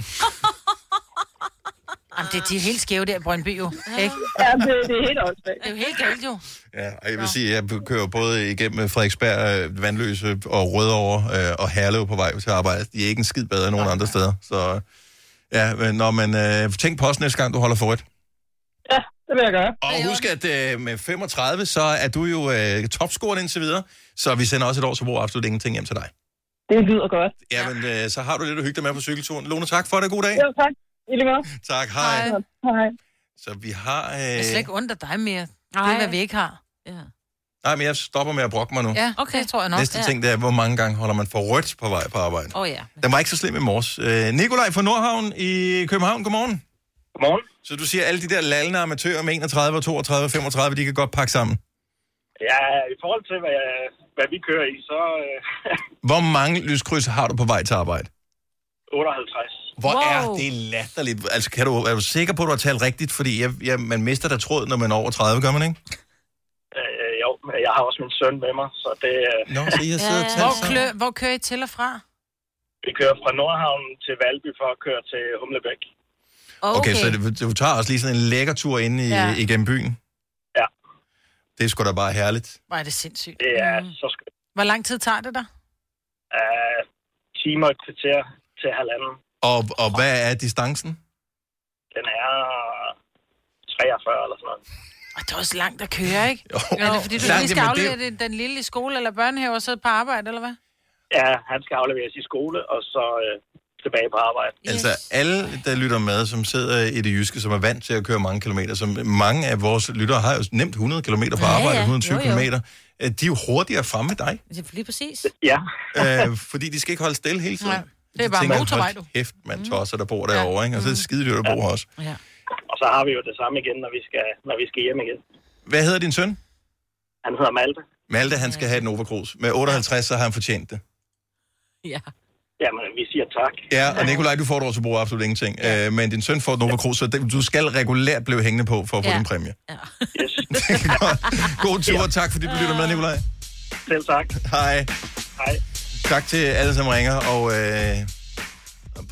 C: Jamen, det, de er helt skæve der i Brøndby jo, ikke?
V: ja, det, det er helt åndssvagt.
C: Det er jo helt galt jo.
A: Ja, og jeg vil sige, at jeg kører både igennem Frederiksberg, øh, Vandløse og Rødovre øh, og Herlev på vej til arbejde. De er ikke en skid bedre end nogen andre steder. Så øh, ja, men, når man øh, tænk på os næste gang, du holder for rødt.
V: Ja, det vil jeg gøre.
A: Og husk, at øh, med 35, så er du jo øh, topscoren indtil videre. Så vi sender også et års forbrug af absolut ingenting hjem til dig.
V: Det lyder godt.
A: Jamen, øh, så har du lidt at hygge dig med på cykelturen. Lone, tak for det. God dag.
V: Jo, tak. I lige måde.
A: Tak, hej. hej.
V: Hej.
A: Så vi har... Øh...
C: Jeg er slet ikke ondt af dig mere. Det er, hvad vi ikke har. Ja.
A: Nej, men jeg stopper med at brokke mig nu.
C: Ja, okay. det tror jeg nok.
A: Næste
C: ja.
A: ting, det er, hvor mange gange holder man for rødt på vej på arbejde.
C: Åh oh, ja.
A: Den var ikke så slem i morges. Øh, Nikolaj fra Nordhavn i København, godmorgen.
B: Godmorgen.
A: Så du siger, at alle de der lallende amatører med 31, 32 35, de kan godt pakke sammen.
B: Ja, i forhold til, hvad, hvad vi kører i, så øh,
A: Hvor mange lyskryds har du på vej til arbejde?
B: 58.
A: Hvor wow. er det latterligt. Altså, kan du, er du sikker på, at du har talt rigtigt? Fordi jeg, jeg, man mister da tråd, når man er over 30, gør man ikke?
B: Øh, jo, men jeg har også min søn med mig, så det... Øh,
A: Nå, så I har siddet og talt
C: Hvor, klø, hvor kører I til og fra?
B: Vi kører fra Nordhavn til Valby for at køre til Humlebæk.
A: Okay, okay så det, du tager også lige sådan en lækker tur ind i, ja.
B: Ja.
A: igennem byen?
B: Ja.
A: Det er sgu da bare herligt.
C: Hvor er det sindssygt. Mm.
B: Det er så skønt.
C: Hvor lang tid tager det dig?
B: Øh, timer og et kvarter til halvanden.
A: Og, og hvad er distancen?
B: Den er 43 eller sådan noget.
C: Og det er også langt at køre, ikke?
A: Jo.
C: Er det fordi, du
B: Langt,
C: lige skal
B: jamen,
C: aflevere
B: det-
C: det... den lille i skole eller børnehave og så på arbejde, eller hvad?
B: Ja, han skal afleveres i skole, og så øh, tilbage på arbejde.
A: Yes. Altså alle, der lytter med, som sidder i det jyske, som er vant til at køre mange kilometer, som mange af vores lyttere har jo nemt 100 km på arbejde, ja,
D: ja.
A: ja. 120
D: Jo, jo.
A: km. Øh, De er jo hurtigere fremme med dig,
D: Det er lige præcis.
B: Ja.
A: øh, fordi de skal ikke holde stille hele tiden.
D: Nej,
A: det er
D: bare
B: motorvej,
A: du. Hæft, man tosser, der bor derovre, ikke? og så er det skide dyrt at bo også.
B: Og så har vi jo det samme igen, når vi skal, når vi skal hjem igen.
A: Hvad hedder din søn?
B: Han hedder Malte.
A: Malte, han skal have et Nova Cruz. Med 58, så har han fortjent det.
B: Ja. Jamen, vi siger tak.
A: Ja, og Nikolaj, du får et år til brug absolut ingenting. Ja. Øh, men din søn får et Nova Cruz, så det- du skal regulært blive hængende på for at få
B: Ja.
A: din præmie.
B: Yes.
A: God tur, og tak fordi du lytter med, Nikolaj.
B: Selv tak.
A: Hej.
B: Hej.
A: Tak til alle, som ringer, og, øh,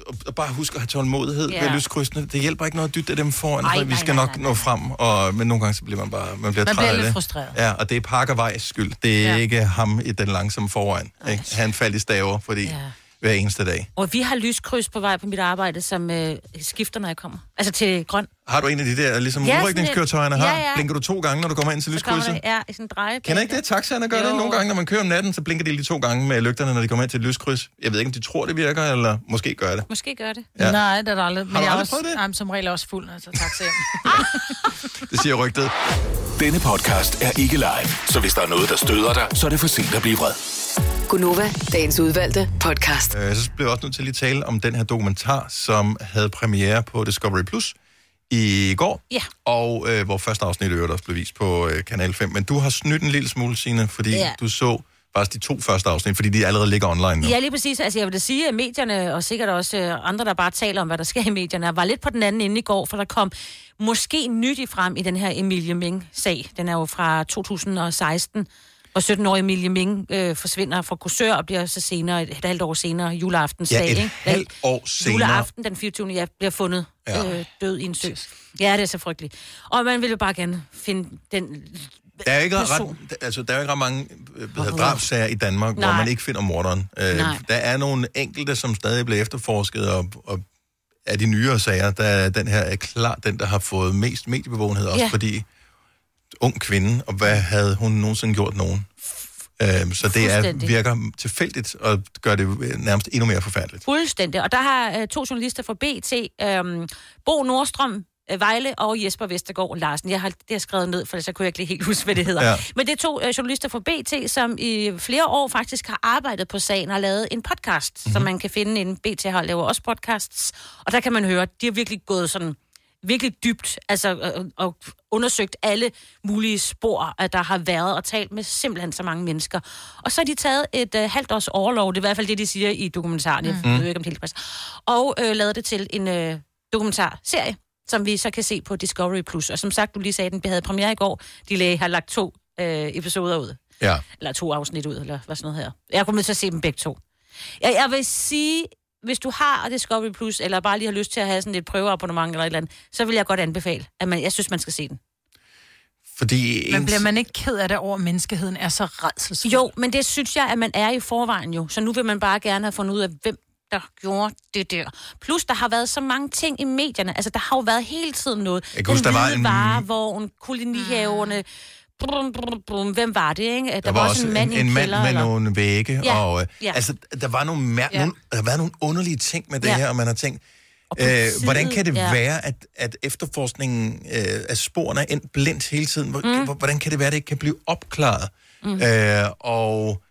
A: og, og bare husk at have tålmodighed
D: Ja.
A: yeah. ved lyskrydsene. Det hjælper ikke noget at dytte af dem foran,
D: Ej,
A: Ej, vi
D: nej,
A: skal
D: nej,
A: nok nå frem, og, men nogle gange så bliver man bare man bliver
D: Man
A: træt
D: bliver
A: af
D: lidt
A: det.
D: frustreret.
A: Ja, og det er Parkervejs skyld. Det er ja. ikke ham i den langsomme foran. Ikke? Han faldt i staver, fordi ja. hver eneste dag.
D: Og vi har lyskryds på vej på mit arbejde, som øh, skifter, når jeg kommer. Altså til grøn.
A: Har du en af de der ligesom
D: Ja,
A: ja,
D: sådan
A: udrykningskøretøjerne
D: lidt.
A: har?
D: Ja, ja.
A: Blinker du to gange, når du kommer ind til
D: Så kommer der,
A: lyskrydset?
D: ja, i sådan en drejebænk.
A: Kender I ikke det? Taxaerne gør jo. det
D: Jo.
A: nogle gange, når man kører om natten, så blinker de lige to gange med lygterne, når de kommer ind til et lyskryds. Jeg ved ikke, om de tror, det virker, eller måske gør det.
D: Måske gør det.
A: Ja.
C: Nej, det er der aldrig. Men
A: Har du
C: jeg er
A: aldrig
C: også,
A: prøvet det?
C: Jamen, som regel er jeg også fuld, altså tak selv.
A: Det siger rygtet.
G: Denne podcast er ikke live, så hvis der er noget, der støder dig, så er det for sent at blive vred.
E: Gunova, dagens udvalgte podcast.
A: Øh, så blev jeg også nødt til at lige tale om den her dokumentar, som havde premiere på Discovery Plus i går,
D: Ja.
A: og øh, hvor første afsnit i øvrigt også blev vist på øh, Kanal 5. Men du har snydt en lille smule, Signe, fordi
D: Ja.
A: ja. du så faktisk de to første afsnit, fordi de allerede ligger online nu.
D: Ja, lige præcis. Altså, jeg vil da sige, at medierne, og sikkert også øh, andre, der bare taler om, hvad der sker i medierne, var lidt på den anden ende i går, for der kom måske nyt i frem i den her Emilie Ming-sag. Den er jo fra 2016, hvor 17-årige Emilie Ming øh, forsvinder fra kursør og bliver så senere, et, et halvt år senere, juleaftens
A: Ja,
D: dag.
A: et
D: ikke?
A: halvt år senere.
D: Juleaften den 24. ja, bliver fundet
A: Ja.
D: ja. øh, død i en sø. Ja, det er så frygteligt. Og man vil jo bare gerne finde den
A: Der er jo ikke
D: person.
A: ret, altså, der er jo ikke ret mange øh, hvad hedder, drabsager i Danmark, Nej. hvor
D: Nej.
A: man ikke finder morderen. Øh,
D: Nej.
A: der er nogle enkelte, som stadig bliver efterforsket, og, og af de nyere sager, der er den her er klart den, der har fået mest mediebevågenhed, også
D: Ja.
A: ja. fordi ung kvinde, og hvad havde hun nogensinde gjort nogen? Øhm, så det er,
D: Fuldstændig.
A: virker tilfældigt og gør det øh, nærmest endnu mere forfærdeligt.
D: Fuldstændig. Og der har øh, to journalister fra BT, øh, Bo Nordstrøm, øh, Vejle og Jesper Vestergaard Larsen. Jeg har det har jeg skrevet ned, for så kunne jeg ikke lige helt huske, hvad det hedder.
H: Ja.
D: Ja. Men det er to øh, journalister fra BT, som i flere år faktisk har arbejdet på sagen og har lavet en podcast, mm-hmm. som man kan finde inden BT har laver også podcasts. Og der kan man høre, de har virkelig gået sådan virkelig dybt, altså øh, og undersøgt alle mulige spor, at der har været og talt med simpelthen så mange mennesker. Og så har de taget et øh, halvt års overlov, det er i hvert fald det, de siger i dokumentaren, mm.
H: Mm.
D: jeg ved ikke om det er helt præcis, og øh, lavet det til en øh, dokumentarserie, som vi så kan se på Discovery+. Plus. Og som sagt, du lige sagde, den havde premiere i går, de lagde, har lagt to øh, episoder ud,
A: Ja.
D: eller to afsnit ud, eller hvad sådan noget her. Jeg kommer til at se dem begge to. Jeg, jeg vil sige, hvis du har Discovery Plus, eller bare lige har lyst til at have sådan et prøveabonnement eller et eller andet, så vil jeg godt anbefale, at man, jeg synes, man skal se den.
A: Fordi
C: Men
A: ens-
C: bliver man ikke ked af det over, at menneskeheden er så redselsfuld?
D: Jo, men det synes jeg, at man er i forvejen jo. Så nu vil man bare gerne have fundet ud af, hvem der gjorde det der. Plus, der har været så mange ting i medierne. Altså, der har jo været hele tiden noget.
A: Jeg kan huske, der var en-
D: varevogn, kolonihaverne, brum, brum, brum, hvem var det, ikke? Der,
A: Der, der var, også en, en, en mand med eller? nogle vægge,
D: Ja,
A: ja, og øh,
D: ja.
A: ja. altså, der var nogle, mær-
D: Ja.
A: ja. nogle, der har været nogle underlige ting med det
D: Ja.
A: ja. her, og man har tænkt, øh,
D: politiet,
A: hvordan kan det
D: ja.
A: ja. være, at, at efterforskningen øh, af sporene er endt blindt hele tiden? Hvor, mm. Hvordan kan det være, at det ikke kan blive opklaret?
D: Mm.
A: Mm. Øh, og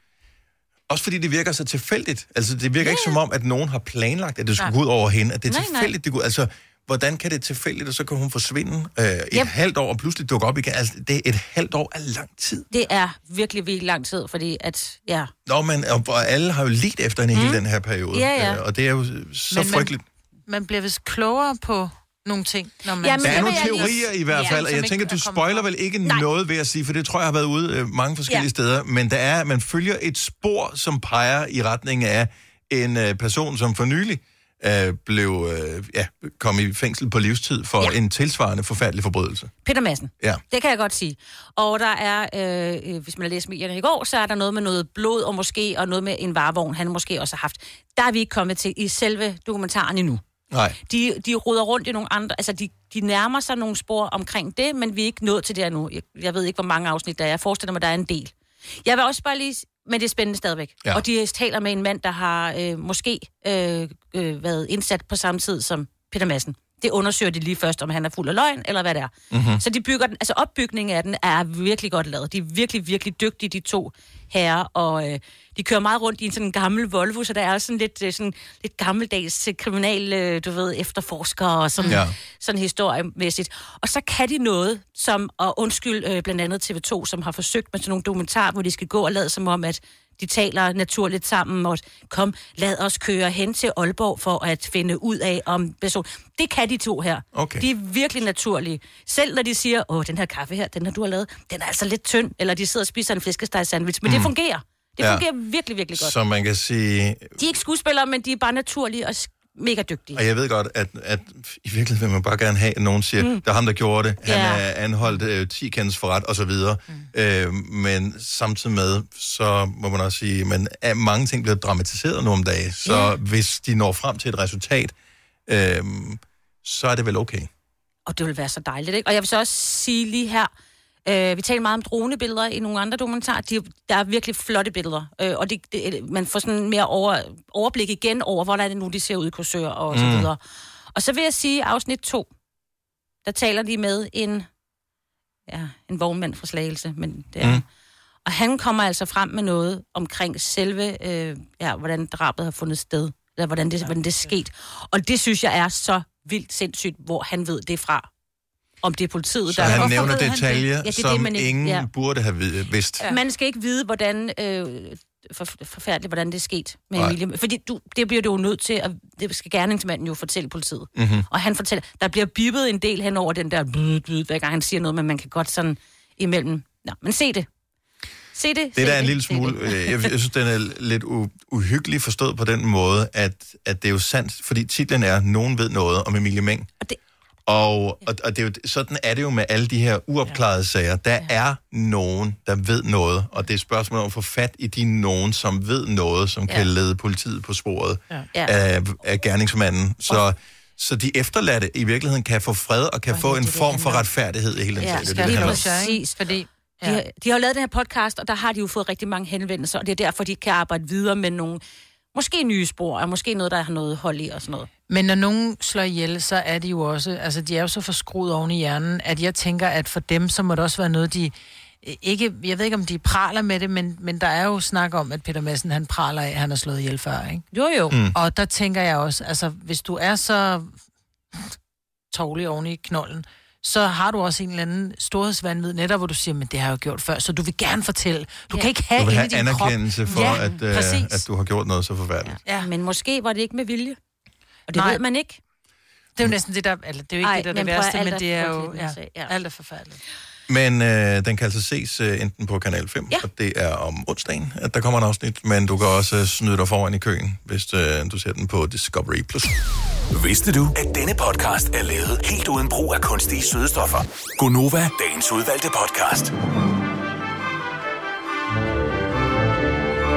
A: også fordi det virker så tilfældigt. Altså, det virker ja. ikke som om, at nogen har planlagt, at det skulle
D: Nej.
A: gå ud over hende, at det er
D: Nej, nej.
A: tilfældigt, det går Altså, hvordan kan det tilfældigt, og så kan hun forsvinde øh, et
D: Yep.
A: halvt år, og pludselig dukke op igen? Altså, det, et halvt år er lang tid.
D: Det er virkelig, virkelig lang tid, fordi at, ja,
A: Nå, men og, og alle har jo lidt efter hende mm. hele den her periode.
C: Ja, ja.
A: Øh, og det er jo så
C: Men- men-
A: men, frygteligt.
C: Man bliver vist klogere på nogle ting, når man...
A: Men, der er nogle teorier i hvert fald, og jeg tænker, du spoiler vel ikke Nej. noget ved at sige, for det tror jeg har været ude øh, mange forskellige
C: Ja.
A: ja. steder, men der er, man følger et spor, som peger i retning af en øh, person, som for nylig øh, blev, øh, ja, kom i fængsel på livstid for
D: Ja.
A: ja. en tilsvarende forfærdelig forbrydelse.
D: Peter Madsen.
A: Ja.
D: Det kan jeg godt sige. Og der er, øh, øh, hvis man har læst medierne i går, så er der noget med noget blod og måske, og noget med en varevogn, han måske også har haft. Der er vi ikke kommet til i selve dokumentaren endnu.
A: Nej.
D: De, de ruder rundt i nogle andre, altså de, de nærmer sig nogle spor omkring det, men vi er ikke nået til det endnu. Jeg, jeg ved ikke, hvor mange afsnit der er. Jeg forestiller mig, der er en del. Jeg vil også bare lige, s- men det er spændende stadigvæk. Ja.
A: Ja.
D: Og de taler med en mand, der har øh, måske øh, øh, været indsat på samme tid som Peter Madsen. Det undersøger de lige først, om han er fuld af løgn, eller hvad det er. Mm-hmm.
H: Mhm.
D: Så de bygger den, altså opbygningen af den er virkelig godt lavet. De er virkelig, virkelig dygtige, de to herrer, og øh, de kører meget rundt i en sådan gammel Volvo, så der er også sådan lidt, øh, sådan lidt gammeldags øh, kriminal, øh, du ved, efterforsker og sådan, ja.
H: Ja.
D: sådan historiemæssigt. Og så kan de noget, som, og undskyld øh, blandt andet TV2, som har forsøgt med sådan nogle dokumentarer, hvor de skal gå og lade som om, at de taler naturligt sammen, og kom, lad os køre hen til Aalborg for at finde ud af, om person... Det kan de to her.
A: Okay.
D: De er virkelig naturlige. Selv når de siger, åh, den her kaffe her, den har du har lavet, den er altså lidt tynd, eller de sidder og spiser en flæskesteg sandwich, men mm. det
A: Mm.
D: fungerer. Det
A: Ja.
D: fungerer virkelig, virkelig godt.
A: Så man kan sige,
D: De er ikke skuespillere, men de er bare naturlige og sk- mega dygtige.
A: Og jeg ved godt, at, at i virkeligheden vil man bare gerne have, at nogen siger,
D: Mm.
A: mm. det er ham, der gjorde det, han
D: Ja.
A: er anholdt øh, 10 kendes for ret, og så videre. Mm. Øh, men samtidig med, så må man også sige, men at mange ting bliver dramatiseret nu om dagen, så
D: Ja.
A: hvis de når frem til et resultat, øh, så er det vel okay.
D: Og det ville være så dejligt, ikke? Og jeg vil så også sige lige her, øh, vi taler meget om dronebilleder i nogle andre dokumentarer. De, der er virkelig flotte billeder, øh, og det, det, man får sådan mere over, overblik igen over, hvordan det nu, de ser ud i Korsør og så
H: Mm.
D: videre. Og så vil jeg sige, afsnit 2, der taler de med en, ja, en vognmand fra Slagelse, men det er... Mm. Og han kommer altså frem med noget omkring selve, øh, ja, hvordan drabet har fundet sted, eller hvordan det, hvordan det er sket. Og det synes jeg er så vildt sindssygt, hvor han ved det fra. Om det er politiet,
A: Så
D: der...
A: han
D: Hvorfor
A: nævner
D: ved han det?
A: detaljer,
D: det er
A: som
D: det, man ikke-
A: ingen burde have vid- vidst.
D: Ja. Man skal ikke vide, hvordan... Øh, for, forfærdeligt, hvordan det er sket med
A: Nej.
D: Emilie. Fordi du, det bliver du jo nødt til, at det skal gerningsmanden jo fortælle politiet.
A: Mhm.
D: Og han fortæller, der bliver bippet en del hen over den der, blød, blød, hver gang han siger noget, men man kan godt sådan imellem. Nå, men se det. Se det. se
A: Det der er en lille
D: se
A: smule,
D: det.
A: øh, jeg, jeg synes, den er lidt u- uhyggelig forstået på den måde, at, at det er jo sandt, fordi titlen er, nogen ved noget om Emilie Meng. Og,
D: det...
A: og, og, og det er jo, sådan er det jo med alle de her uopklarede ja. sager. Der ja. er nogen, der ved noget, og det er et spørgsmål om at få fat i de nogen, som ved noget, som
D: Ja.
A: ja. kan lede politiet på sporet
D: Ja.
A: ja. af, af gerningsmanden. Så, så de efterladte i virkeligheden kan få fred og kan få en form for retfærdighed i hele den sag.
C: Ja,
A: Det er
C: skal
A: det, det
C: lige
A: handler om.
C: præcis, fordi
D: Ja. De, har, de har jo lavet den her podcast, og der har de jo fået rigtig mange henvendelser, og det er derfor, de kan arbejde videre med nogle, måske nye spor, og måske noget, der har noget hold i og sådan noget.
C: Men når nogen slår ihjel, så er de jo også, altså de er jo så forskruet oven i hjernen, at jeg tænker, at for dem, så må det også være noget, de øh, ikke, jeg ved ikke, om de praler med det, men, men der er jo snak om, at Peter Madsen, han praler af, at han har slået ihjel før, ikke?
D: Jo, jo.
C: Mm. Og der tænker jeg også, altså hvis du er så tovlig oven i knollen, så har du også en eller anden storhedsvandvid netop, hvor du siger, men det har jeg jo gjort før, så du vil gerne fortælle. Du ja. kan ikke have
A: Du vil
C: inde i
A: have
C: din
A: anerkendelse
C: krop.
A: for,
C: ja,
A: at, øh,
C: præcis.
A: at du har gjort noget så forfærdeligt.
D: Ja. Men måske var det ikke med vilje. Og det
C: Nej.
D: ved man ikke.
C: Det er jo næsten det, der... Eller, det er jo ikke
D: Ej,
C: Ej, det, der er det
D: men prøv at
C: værste,
D: alt
C: men
D: er
C: det er jo...
D: frygteligt,
C: Ja,
D: man siger. Ja.
C: alt er forfærdeligt.
A: Men øh, den kan altså ses øh, enten på Kanal 5, ja. og det er om onsdagen, at der kommer en afsnit, men du kan også øh, snyde dig foran i køen, hvis øh, du ser den på Discovery+. Plus.
G: Vidste du, at denne podcast er lavet helt uden brug af kunstige sødestoffer?
A: Gonova.
G: Dagens udvalgte podcast.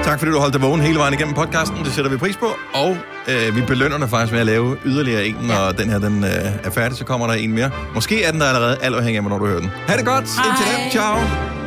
A: Tak fordi du holdt dig vågen hele vejen igennem podcasten, det sætter vi pris på, og øh, vi belønner dig faktisk med at lave yderligere en, når den her den, øh, er færdig, så kommer der en mere. Måske er den der allerede, alt afhængig af, hvornår du hører den. Ha' det godt, indtil da, ciao!